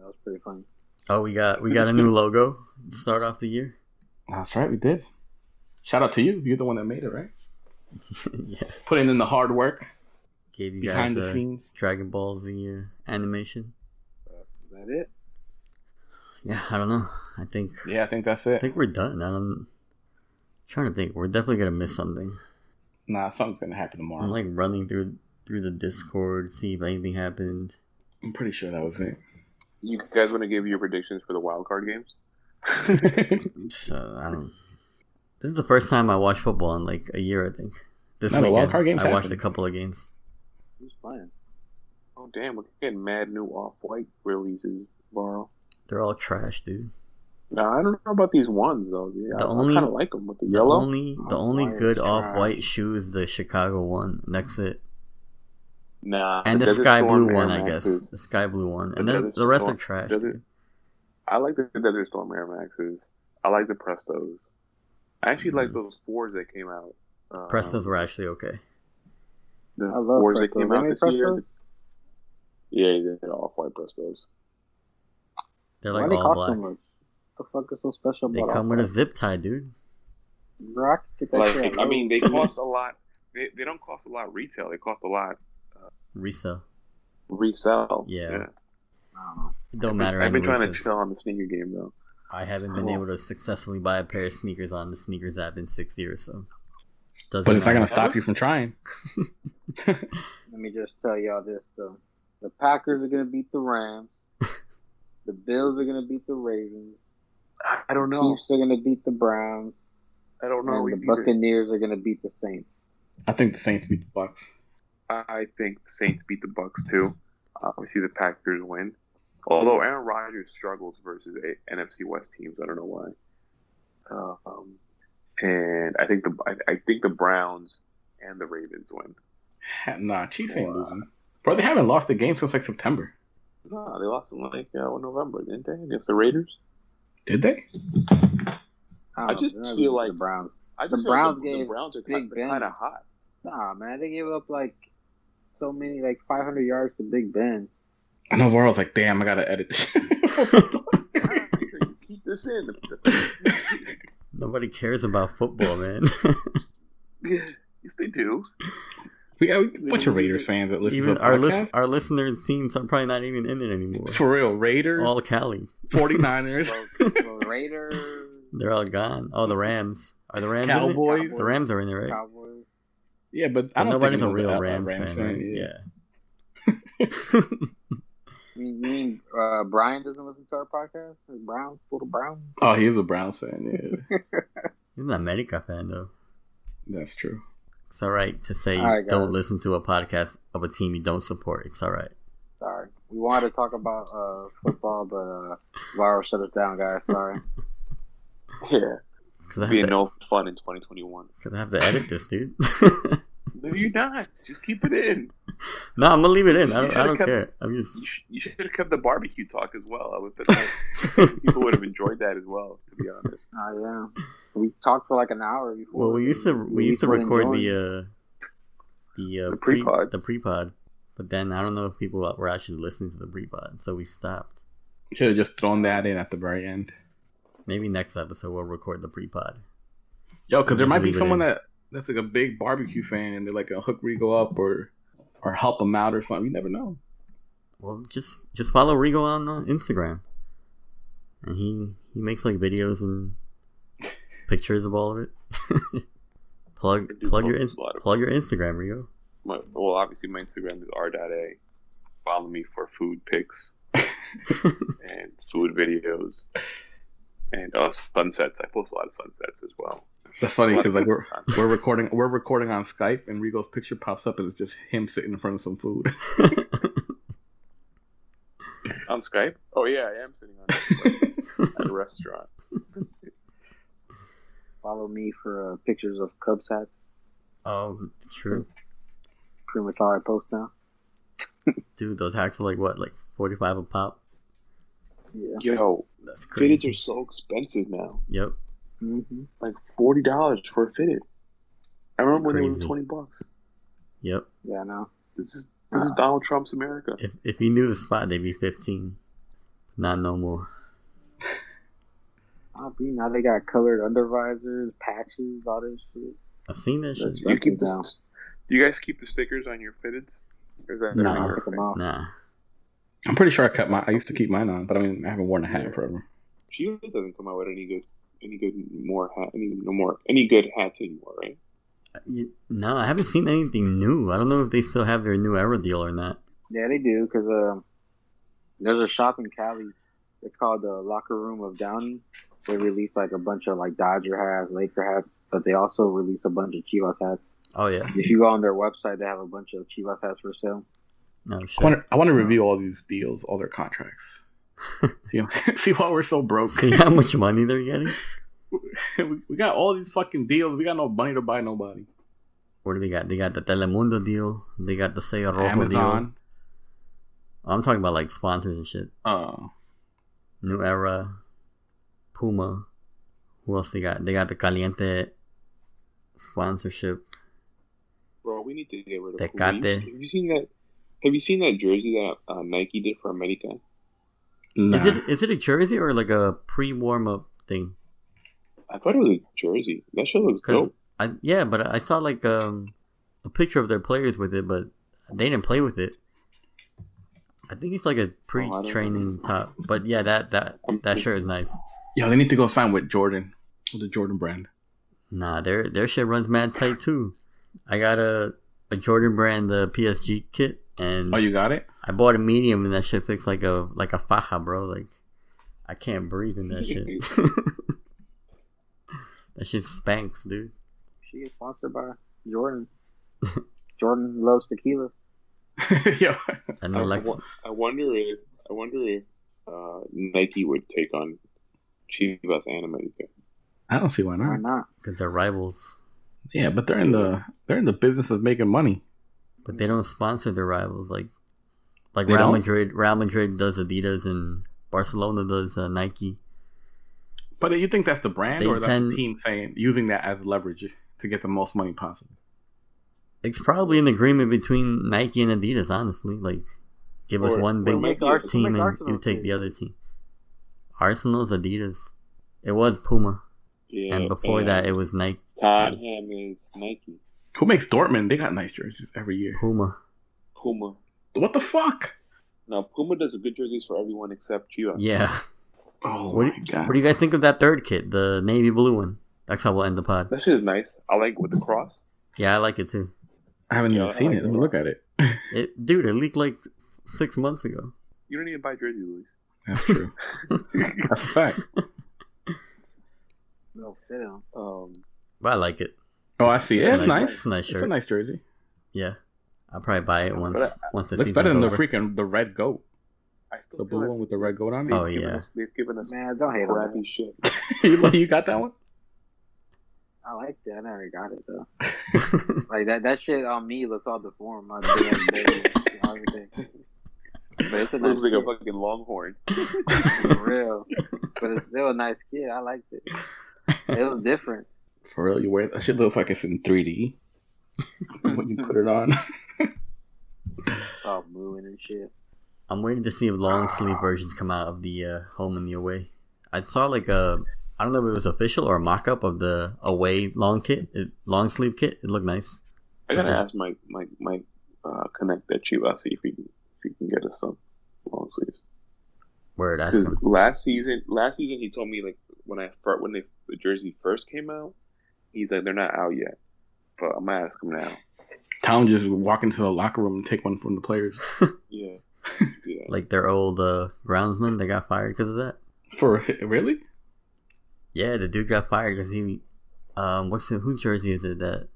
[SPEAKER 4] that was pretty funny.
[SPEAKER 1] Oh, we got we got a new logo to start off the year.
[SPEAKER 3] That's right, we did. Shout out to you. You're the one that made it, right?
[SPEAKER 1] yeah,
[SPEAKER 3] Putting in the hard work
[SPEAKER 1] gave you
[SPEAKER 3] behind
[SPEAKER 1] guys
[SPEAKER 3] the
[SPEAKER 1] a-
[SPEAKER 3] scenes.
[SPEAKER 1] Dragon Ball Z uh, animation.
[SPEAKER 4] Is that it?
[SPEAKER 1] Yeah, I don't know. I think
[SPEAKER 3] Yeah, I think that's
[SPEAKER 1] I
[SPEAKER 3] it.
[SPEAKER 1] think we're done. I don't. I'm trying to think, we're definitely gonna miss something.
[SPEAKER 3] Nah, something's gonna happen tomorrow.
[SPEAKER 1] I'm like running through through the Discord, see if anything happened.
[SPEAKER 3] I'm pretty sure that was it.
[SPEAKER 2] You guys want to give your predictions for the wild card games?
[SPEAKER 1] So I don't. This is the first time I watched football in like a year, I think. This
[SPEAKER 3] No, the
[SPEAKER 1] weekend,
[SPEAKER 3] wild card games
[SPEAKER 1] I watched
[SPEAKER 3] happened.
[SPEAKER 1] a couple of games.
[SPEAKER 4] Who's playing?
[SPEAKER 2] Oh damn, we're getting mad new off white releases tomorrow.
[SPEAKER 1] They're all trash, dude.
[SPEAKER 2] No, I don't know about these ones though. Yeah,
[SPEAKER 1] The
[SPEAKER 2] I,
[SPEAKER 1] only-
[SPEAKER 2] kind of like them with the
[SPEAKER 1] The
[SPEAKER 2] yellow.
[SPEAKER 1] only the
[SPEAKER 4] Oh,
[SPEAKER 1] only
[SPEAKER 4] why are
[SPEAKER 1] good
[SPEAKER 4] they
[SPEAKER 1] off white shoe is the Chicago one. And that's it.
[SPEAKER 2] Nah,
[SPEAKER 1] And the
[SPEAKER 2] Desert
[SPEAKER 1] sky blue
[SPEAKER 2] Storm Air
[SPEAKER 1] one, I guess.
[SPEAKER 2] Maxes.
[SPEAKER 1] The sky blue one.
[SPEAKER 2] The
[SPEAKER 1] And then
[SPEAKER 2] Desert
[SPEAKER 1] the rest
[SPEAKER 2] Storm-
[SPEAKER 1] are trash.
[SPEAKER 2] Desert-
[SPEAKER 1] Dude.
[SPEAKER 2] I like the Desert Storm Air Maxes. I like the Prestos. I actually like
[SPEAKER 1] Mhm.
[SPEAKER 2] those fours that came out. Um,
[SPEAKER 1] Prestos were actually okay.
[SPEAKER 2] The
[SPEAKER 4] I love
[SPEAKER 2] fours that
[SPEAKER 4] Prestos.
[SPEAKER 2] came
[SPEAKER 4] They
[SPEAKER 2] out
[SPEAKER 4] made
[SPEAKER 2] this year.
[SPEAKER 4] Prestos?
[SPEAKER 2] Yeah, they did off white Prestos.
[SPEAKER 1] They're
[SPEAKER 4] Why
[SPEAKER 1] like
[SPEAKER 4] they
[SPEAKER 1] all
[SPEAKER 4] cost so
[SPEAKER 1] black.
[SPEAKER 4] much? What the fuck is so special
[SPEAKER 1] They
[SPEAKER 4] about
[SPEAKER 1] come
[SPEAKER 4] all
[SPEAKER 1] with a zip tie, dude.
[SPEAKER 4] that? Bro, I could get that shit
[SPEAKER 2] Like,
[SPEAKER 4] at
[SPEAKER 2] I mean,
[SPEAKER 4] Lowe's.
[SPEAKER 2] they cost a lot. They, they don't cost a lot retail. They cost a lot
[SPEAKER 1] Resell.
[SPEAKER 2] resell.
[SPEAKER 1] Yeah.
[SPEAKER 4] I don't know.
[SPEAKER 1] It don't matter.
[SPEAKER 2] I've been trying to
[SPEAKER 1] anyways,
[SPEAKER 2] chill on the sneaker game though.
[SPEAKER 1] I haven't been
[SPEAKER 4] Cool.
[SPEAKER 1] able to successfully buy a pair of sneakers on the sneakers app in six years, so doesn't
[SPEAKER 3] but it's not gonna
[SPEAKER 1] matter.
[SPEAKER 3] stop you from trying.
[SPEAKER 4] Let me just tell y'all this though: the Packers are gonna beat the Rams, the Bills are gonna beat the Ravens,
[SPEAKER 2] I, I don't
[SPEAKER 4] the
[SPEAKER 2] know.
[SPEAKER 4] Chiefs are gonna beat the Browns,
[SPEAKER 2] I don't know.
[SPEAKER 4] and the
[SPEAKER 2] either.
[SPEAKER 4] Buccaneers are gonna beat the Saints.
[SPEAKER 3] I think the Saints beat the Bucks.
[SPEAKER 2] I think the Saints beat the Bucks too. Obviously, the Packers win. Although Aaron Rodgers struggles versus a- NFC West teams, I don't know why. Um, and I think the I, I think the Browns and and the Ravens win.
[SPEAKER 3] Nah, Chiefs ain't losing. Bro, they haven't lost a game since like September.
[SPEAKER 2] No, they lost in like uh, November, didn't they? Against the Raiders.
[SPEAKER 3] Did they?
[SPEAKER 4] Oh,
[SPEAKER 2] I just feel like-
[SPEAKER 4] the Browns.
[SPEAKER 2] I
[SPEAKER 4] The
[SPEAKER 2] just feel
[SPEAKER 4] Browns
[SPEAKER 2] like
[SPEAKER 4] gave
[SPEAKER 2] the Browns are
[SPEAKER 4] Big
[SPEAKER 2] kind
[SPEAKER 4] Ben-
[SPEAKER 2] of hot.
[SPEAKER 4] Nah, man, they gave up like so many, like 500 yards to Big Ben.
[SPEAKER 3] I know Varro's like, damn, I gotta edit this.
[SPEAKER 2] Keep this in.
[SPEAKER 1] Nobody cares about football, man.
[SPEAKER 2] yes, they do.
[SPEAKER 3] we got a bunch of Raiders fans that listen
[SPEAKER 1] even
[SPEAKER 3] to
[SPEAKER 1] our
[SPEAKER 3] our
[SPEAKER 1] list,
[SPEAKER 3] podcast.
[SPEAKER 1] our listeners' teams are probably not even in it anymore.
[SPEAKER 3] For real, Raiders,
[SPEAKER 1] All Cali,
[SPEAKER 3] 49ers,
[SPEAKER 4] Well, Raiders,
[SPEAKER 1] they're all gone. Oh, the Rams are the Rams. in it?
[SPEAKER 3] Cowboys.
[SPEAKER 1] The Rams are in there, right?
[SPEAKER 4] Cowboys.
[SPEAKER 3] Yeah, but I
[SPEAKER 1] But
[SPEAKER 3] don't
[SPEAKER 1] nobody's a
[SPEAKER 3] think it was
[SPEAKER 1] real
[SPEAKER 3] a- a
[SPEAKER 1] Rams, fan, right?
[SPEAKER 3] Yeah.
[SPEAKER 1] yeah.
[SPEAKER 4] You mean, you mean uh, Brian doesn't listen to our podcast? Brown, little Brown.
[SPEAKER 3] Oh, he is a Browns fan. Yeah,
[SPEAKER 1] He's an America fan though.
[SPEAKER 3] that's true.
[SPEAKER 1] It's all right to say
[SPEAKER 4] All right,
[SPEAKER 1] you don't
[SPEAKER 4] guys.
[SPEAKER 1] listen to a podcast of a team you don't support. It's all right.
[SPEAKER 4] Sorry, we wanted to talk about uh, football, but uh, Varo shut us down, guys. Sorry.
[SPEAKER 2] Yeah,
[SPEAKER 1] Because I, have
[SPEAKER 2] being
[SPEAKER 1] to-
[SPEAKER 2] no fun in 2021.
[SPEAKER 1] 'cause I have to edit this, dude.
[SPEAKER 2] No, you're not. Just keep it in.
[SPEAKER 1] no, I'm going to leave it in. I
[SPEAKER 2] You
[SPEAKER 1] don't, I
[SPEAKER 2] should've
[SPEAKER 1] don't
[SPEAKER 2] kept-
[SPEAKER 1] care. I'm
[SPEAKER 2] You,
[SPEAKER 1] just.
[SPEAKER 2] sh- you should have kept the barbecue talk as well. I would have been like, people would have enjoyed that as well. To be honest,
[SPEAKER 4] Oh yeah, we talked for like an hour before.
[SPEAKER 1] well, we used to we used to record the uh, the, uh,
[SPEAKER 2] The
[SPEAKER 1] pre-
[SPEAKER 2] pre-pod.
[SPEAKER 1] the pre-pod, but then I don't know if people were actually listening to the pre-pod, so we stopped.
[SPEAKER 3] Should have just thrown that in at the very end.
[SPEAKER 1] Maybe next episode we'll record the pre-pod.
[SPEAKER 3] Yo, because there
[SPEAKER 1] Just
[SPEAKER 3] might be
[SPEAKER 1] leave it
[SPEAKER 3] someone
[SPEAKER 1] in.
[SPEAKER 3] that that's like a big barbecue fan, and they're like a hook Rigo up or or help him out or something. You never know.
[SPEAKER 1] Well, just just follow Rigo on uh, Instagram, and he he makes like videos and pictures of all of it. plug
[SPEAKER 2] I do
[SPEAKER 1] plug your
[SPEAKER 2] post
[SPEAKER 1] in-
[SPEAKER 2] a lot of-
[SPEAKER 1] plug your Instagram, Rigo.
[SPEAKER 2] my, well, obviously my Instagram is r.a. Follow me for food pics and food videos and uh, sunsets. I post a lot of sunsets as well.
[SPEAKER 3] That's funny because like we're we're recording we're recording on Skype, and Rigo's picture pops up, and it's just him sitting in front of some food.
[SPEAKER 2] on Skype. Oh yeah, I am sitting on Skype at a restaurant.
[SPEAKER 4] Follow me for uh, pictures of Cubs hats.
[SPEAKER 1] Oh, true,
[SPEAKER 4] Pretty much all I post now.
[SPEAKER 1] dude. Those hacks are like what, like forty five a pop.
[SPEAKER 4] Yeah.
[SPEAKER 2] Yo,
[SPEAKER 1] That's
[SPEAKER 2] fitteds
[SPEAKER 1] crazy.
[SPEAKER 2] are so expensive now.
[SPEAKER 1] Yep.
[SPEAKER 4] hmm
[SPEAKER 2] Like forty dollars for a fitted. I remember when
[SPEAKER 1] crazy.
[SPEAKER 2] they were twenty bucks.
[SPEAKER 1] Yep.
[SPEAKER 4] Yeah. No.
[SPEAKER 2] This is this is Donald Trump's America.
[SPEAKER 1] If if you knew the spot, they'd be fifteen. Not no more.
[SPEAKER 4] I'll be now. They got colored undervisors, patches, all this shit.
[SPEAKER 1] I've seen that shit.
[SPEAKER 4] That's
[SPEAKER 2] You keep
[SPEAKER 4] down.
[SPEAKER 2] the, do you guys keep the stickers on your fitteds? Or is that
[SPEAKER 1] No.
[SPEAKER 4] Nah, take 'em out.
[SPEAKER 1] Nah.
[SPEAKER 3] I'm pretty sure I cut my. I used to keep mine on, but I mean I haven't worn a hat in forever.
[SPEAKER 2] She doesn't come out with any good any good more hat any no more any good hats anymore, right?
[SPEAKER 1] You- No, I haven't seen anything new. I don't know if they still have their new era deal or not.
[SPEAKER 4] Yeah, they do because um, there's a shop in Cali. It's called the Locker Room of Downey. They release like a bunch of like Dodger hats, Laker hats, but they also release a bunch of Chivas hats.
[SPEAKER 1] Oh yeah.
[SPEAKER 4] If you go on their website, they have a bunch of Chivas hats for sale.
[SPEAKER 1] No
[SPEAKER 3] I want
[SPEAKER 1] shit.
[SPEAKER 3] to I want to review all these deals, all their contracts. see, see why we're so broke.
[SPEAKER 1] See how much money they're getting?
[SPEAKER 3] we, we got all these fucking deals. We got no money to buy nobody.
[SPEAKER 1] What do they got? They got the Telemundo deal. They got the Sega Rojo deal.
[SPEAKER 3] Amazon.
[SPEAKER 1] I'm talking about like sponsors and shit.
[SPEAKER 3] Oh,
[SPEAKER 1] New Era, Puma. Who else they got? They got the Caliente sponsorship.
[SPEAKER 2] Bro, we need to get rid of
[SPEAKER 1] Tecate.
[SPEAKER 2] Have you seen that? Have you seen that jersey that uh, Nike did for America?
[SPEAKER 3] nah.
[SPEAKER 1] Is it is it a jersey or like a pre warm up thing?
[SPEAKER 2] I thought it was a jersey. That shit looks
[SPEAKER 1] Cause
[SPEAKER 2] dope.
[SPEAKER 1] I yeah, but I saw like um a picture of their players with it, but they didn't play with it. I think it's like a
[SPEAKER 2] I don't
[SPEAKER 1] pre-training top, but yeah, that that that shirt is nice.
[SPEAKER 3] Yo, they need to go sign with Jordan, with the Jordan brand.
[SPEAKER 1] Nah, their their shit runs mad tight too. I got a a Jordan brand the PSG kit, and
[SPEAKER 3] Oh, you got it?
[SPEAKER 1] I bought a medium, and that shit fits like a like a faja, bro. Like I can't breathe in that shit. that shit spanks, dude.
[SPEAKER 4] She is sponsored by Jordan. Jordan loves tequila.
[SPEAKER 3] Yo,
[SPEAKER 1] And
[SPEAKER 2] I, I
[SPEAKER 1] Alexa,
[SPEAKER 2] wo- I wonder if I wonder if uh, Nike would take on Chivas and America.
[SPEAKER 3] I don't see why
[SPEAKER 4] Why
[SPEAKER 3] not.
[SPEAKER 4] not?
[SPEAKER 1] because they're rivals.
[SPEAKER 3] Yeah, but they're in the they're in the business of making money.
[SPEAKER 1] But they don't sponsor their rivals like like
[SPEAKER 3] They
[SPEAKER 1] Real
[SPEAKER 3] don't?
[SPEAKER 1] Madrid. Real Madrid does Adidas and Barcelona does uh, Nike.
[SPEAKER 3] But you think that's the brand
[SPEAKER 1] They
[SPEAKER 3] or that's
[SPEAKER 1] tend-
[SPEAKER 3] the team saying using that as leverage to get the most money possible?
[SPEAKER 1] It's probably an agreement between Nike and Adidas. Honestly, like give us
[SPEAKER 2] Or-
[SPEAKER 1] one
[SPEAKER 2] or
[SPEAKER 1] big
[SPEAKER 2] make
[SPEAKER 1] your
[SPEAKER 2] Ar-
[SPEAKER 5] make
[SPEAKER 1] team and
[SPEAKER 5] Arsenal
[SPEAKER 1] you take the
[SPEAKER 5] team.
[SPEAKER 1] other team. Arsenal's Adidas. It was Puma,
[SPEAKER 2] Yeah,
[SPEAKER 1] and before that it was Nike.
[SPEAKER 2] Tottenham is Nike,
[SPEAKER 3] Who makes Dortmund? They got nice jerseys every year.
[SPEAKER 1] Puma.
[SPEAKER 2] Puma.
[SPEAKER 3] What the fuck?
[SPEAKER 2] Now Puma does good jerseys for everyone except Chivas.
[SPEAKER 1] Yeah.
[SPEAKER 3] Oh
[SPEAKER 1] What
[SPEAKER 3] my god.
[SPEAKER 1] What do you guys think of that third kit, the navy blue one? That's how we'll end the pod.
[SPEAKER 2] That shit is nice. I like with the cross.
[SPEAKER 1] Yeah, I like it too.
[SPEAKER 3] I haven't
[SPEAKER 2] Yeah,
[SPEAKER 3] even
[SPEAKER 2] I
[SPEAKER 3] seen
[SPEAKER 2] like
[SPEAKER 3] it.
[SPEAKER 2] that
[SPEAKER 3] Let me
[SPEAKER 2] one.
[SPEAKER 3] look at it.
[SPEAKER 1] It, dude, it leaked like six months ago.
[SPEAKER 2] You don't even buy jerseys, Luis.
[SPEAKER 3] That's true. that's a fact.
[SPEAKER 4] No, sit down.
[SPEAKER 2] Um,
[SPEAKER 1] But I like it.
[SPEAKER 3] Oh, I see. Yeah, it's nice.
[SPEAKER 1] It's a nice
[SPEAKER 3] It's a
[SPEAKER 1] shirt.
[SPEAKER 3] nice jersey.
[SPEAKER 1] Yeah, I'll probably buy it once.
[SPEAKER 2] But
[SPEAKER 1] once the
[SPEAKER 3] Looks
[SPEAKER 1] season's
[SPEAKER 3] better than the
[SPEAKER 1] over.
[SPEAKER 3] freaking the red goat,
[SPEAKER 2] I still
[SPEAKER 3] the
[SPEAKER 2] feel
[SPEAKER 3] blue
[SPEAKER 2] like
[SPEAKER 3] one with the red goat on it.
[SPEAKER 2] they've
[SPEAKER 1] Oh,
[SPEAKER 2] given
[SPEAKER 1] yeah.
[SPEAKER 2] us, they've given us
[SPEAKER 4] Man, don't hate on
[SPEAKER 2] crappy
[SPEAKER 4] it.
[SPEAKER 2] shit.
[SPEAKER 3] you, you got that one?
[SPEAKER 4] I liked it. I never got it though. Like that that shit on me looks all deformed. My big ass belly, everything. But it's a nice
[SPEAKER 2] Looks like a
[SPEAKER 4] kid,
[SPEAKER 2] fucking longhorn.
[SPEAKER 4] for real. But it's still a nice kid. I liked it. It was different.
[SPEAKER 3] For real, you wear it? That shit looks like it's in 3D when you put it on.
[SPEAKER 4] It's all moving and shit.
[SPEAKER 1] I'm waiting to see if long sleeve versions come out of the uh, home and the away. I saw like a, I don't know if it was official or a mock up of the away long kit, it, long sleeve kit. It looked nice.
[SPEAKER 2] I gotta
[SPEAKER 1] Okay.
[SPEAKER 2] ask my my my uh, connect at Chivas see if he can if he can get us some long sleeves.
[SPEAKER 1] Word, ask
[SPEAKER 2] Because
[SPEAKER 1] him.
[SPEAKER 2] last season, last season he told me like when I fir- when they, the jersey first came out, he's like they're not out yet, but I'm gonna ask him now.
[SPEAKER 3] Town just walk into the locker room and take one from the players.
[SPEAKER 2] Yeah, yeah.
[SPEAKER 1] Like their old uh, groundsman that got fired because of that.
[SPEAKER 3] For really?
[SPEAKER 1] Yeah, the dude got fired because he, um, what's the whose jersey is it that?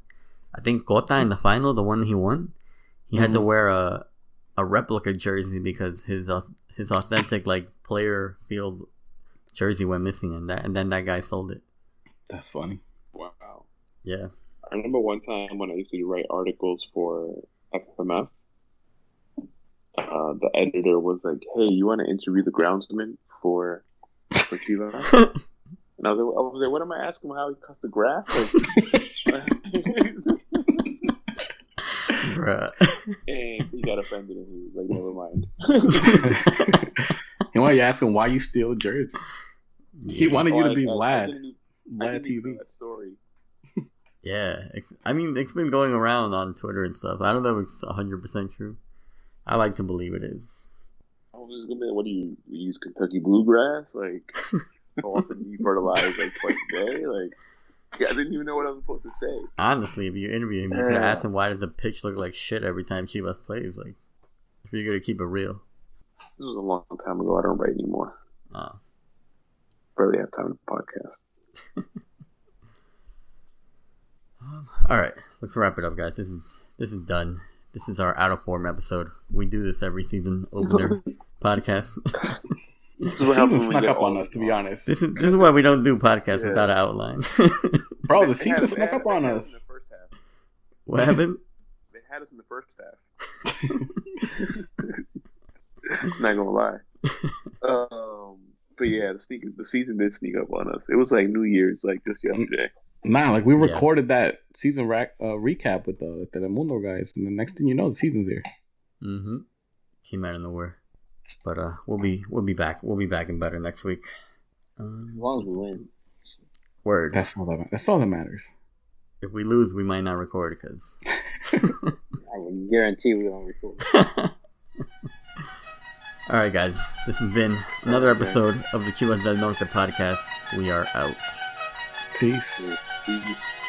[SPEAKER 1] I think Gota in the final, the one he won, he had to
[SPEAKER 3] Mm-hmm.
[SPEAKER 1] wear a a replica jersey because his au- his authentic like player field jersey went missing, and that and then that guy sold it.
[SPEAKER 3] That's funny.
[SPEAKER 2] wow.
[SPEAKER 1] Yeah,
[SPEAKER 2] I remember one time when I used to write articles for FMF. Uh, the editor was like, "Hey, you want to interview the groundsman for for Chivas?" and I was, like, I was like, "What am I asking him? How he cuts the grass?" Like,
[SPEAKER 1] Bruh.
[SPEAKER 2] and he got offended and he was like, "Never mind."
[SPEAKER 3] you want you ask him why you steal a jersey? He wanted you to be
[SPEAKER 2] I- I- I
[SPEAKER 3] Vlad.
[SPEAKER 2] didn't even- I
[SPEAKER 3] Vlad
[SPEAKER 2] didn't even
[SPEAKER 3] TV.
[SPEAKER 2] know that story.
[SPEAKER 1] Yeah, it's, I mean it's been going around on Twitter and stuff. I don't know if it's hundred percent true. I like to believe it is.
[SPEAKER 2] I was just gonna be like, "What do you, you use Kentucky bluegrass? Like, how often you fertilize like twice a day? Like, yeah, I didn't even know what I was supposed to say."
[SPEAKER 1] Honestly, if you interview him, you could
[SPEAKER 4] Yeah.
[SPEAKER 1] ask him why does the pitch look like shit every time Chivas plays. Like, if you're gonna keep it real.
[SPEAKER 2] This was a long time ago. I don't write anymore.
[SPEAKER 1] Uh,
[SPEAKER 2] Barely have time to podcast.
[SPEAKER 1] all right, let's wrap it up, guys. This is this is done. This is our out of form episode. We do this every season opener podcast.
[SPEAKER 2] This
[SPEAKER 3] The season snuck up on us, to be honest,
[SPEAKER 1] This is this is why we don't do podcasts
[SPEAKER 2] Yeah.
[SPEAKER 1] without an outline.
[SPEAKER 3] bro. Oh, The season snuck up on us.
[SPEAKER 2] the first half.
[SPEAKER 1] what happened?
[SPEAKER 2] They had us in the first half. Not gonna lie. Um, but yeah, the, sneak, the season did sneak up on us. It was like New Year's, like just
[SPEAKER 3] Mm.
[SPEAKER 2] yesterday.
[SPEAKER 3] Nah, like we
[SPEAKER 1] Yeah.
[SPEAKER 3] recorded that season rack, uh, recap with the Telemundo guys, and the next thing you know, the season's here.
[SPEAKER 1] Mm-hmm. Came out of nowhere. But uh, we'll be we'll be back. We'll be back and better next week.
[SPEAKER 4] As
[SPEAKER 1] Um,
[SPEAKER 4] long as we win.
[SPEAKER 1] word.
[SPEAKER 3] That's all that. That's all that matters.
[SPEAKER 1] if we lose, we might not record because.
[SPEAKER 4] I can guarantee we don't record.
[SPEAKER 1] All right, guys. This has been another episode of the Chivas del Norte podcast. We are out.
[SPEAKER 3] Peace.
[SPEAKER 2] We just-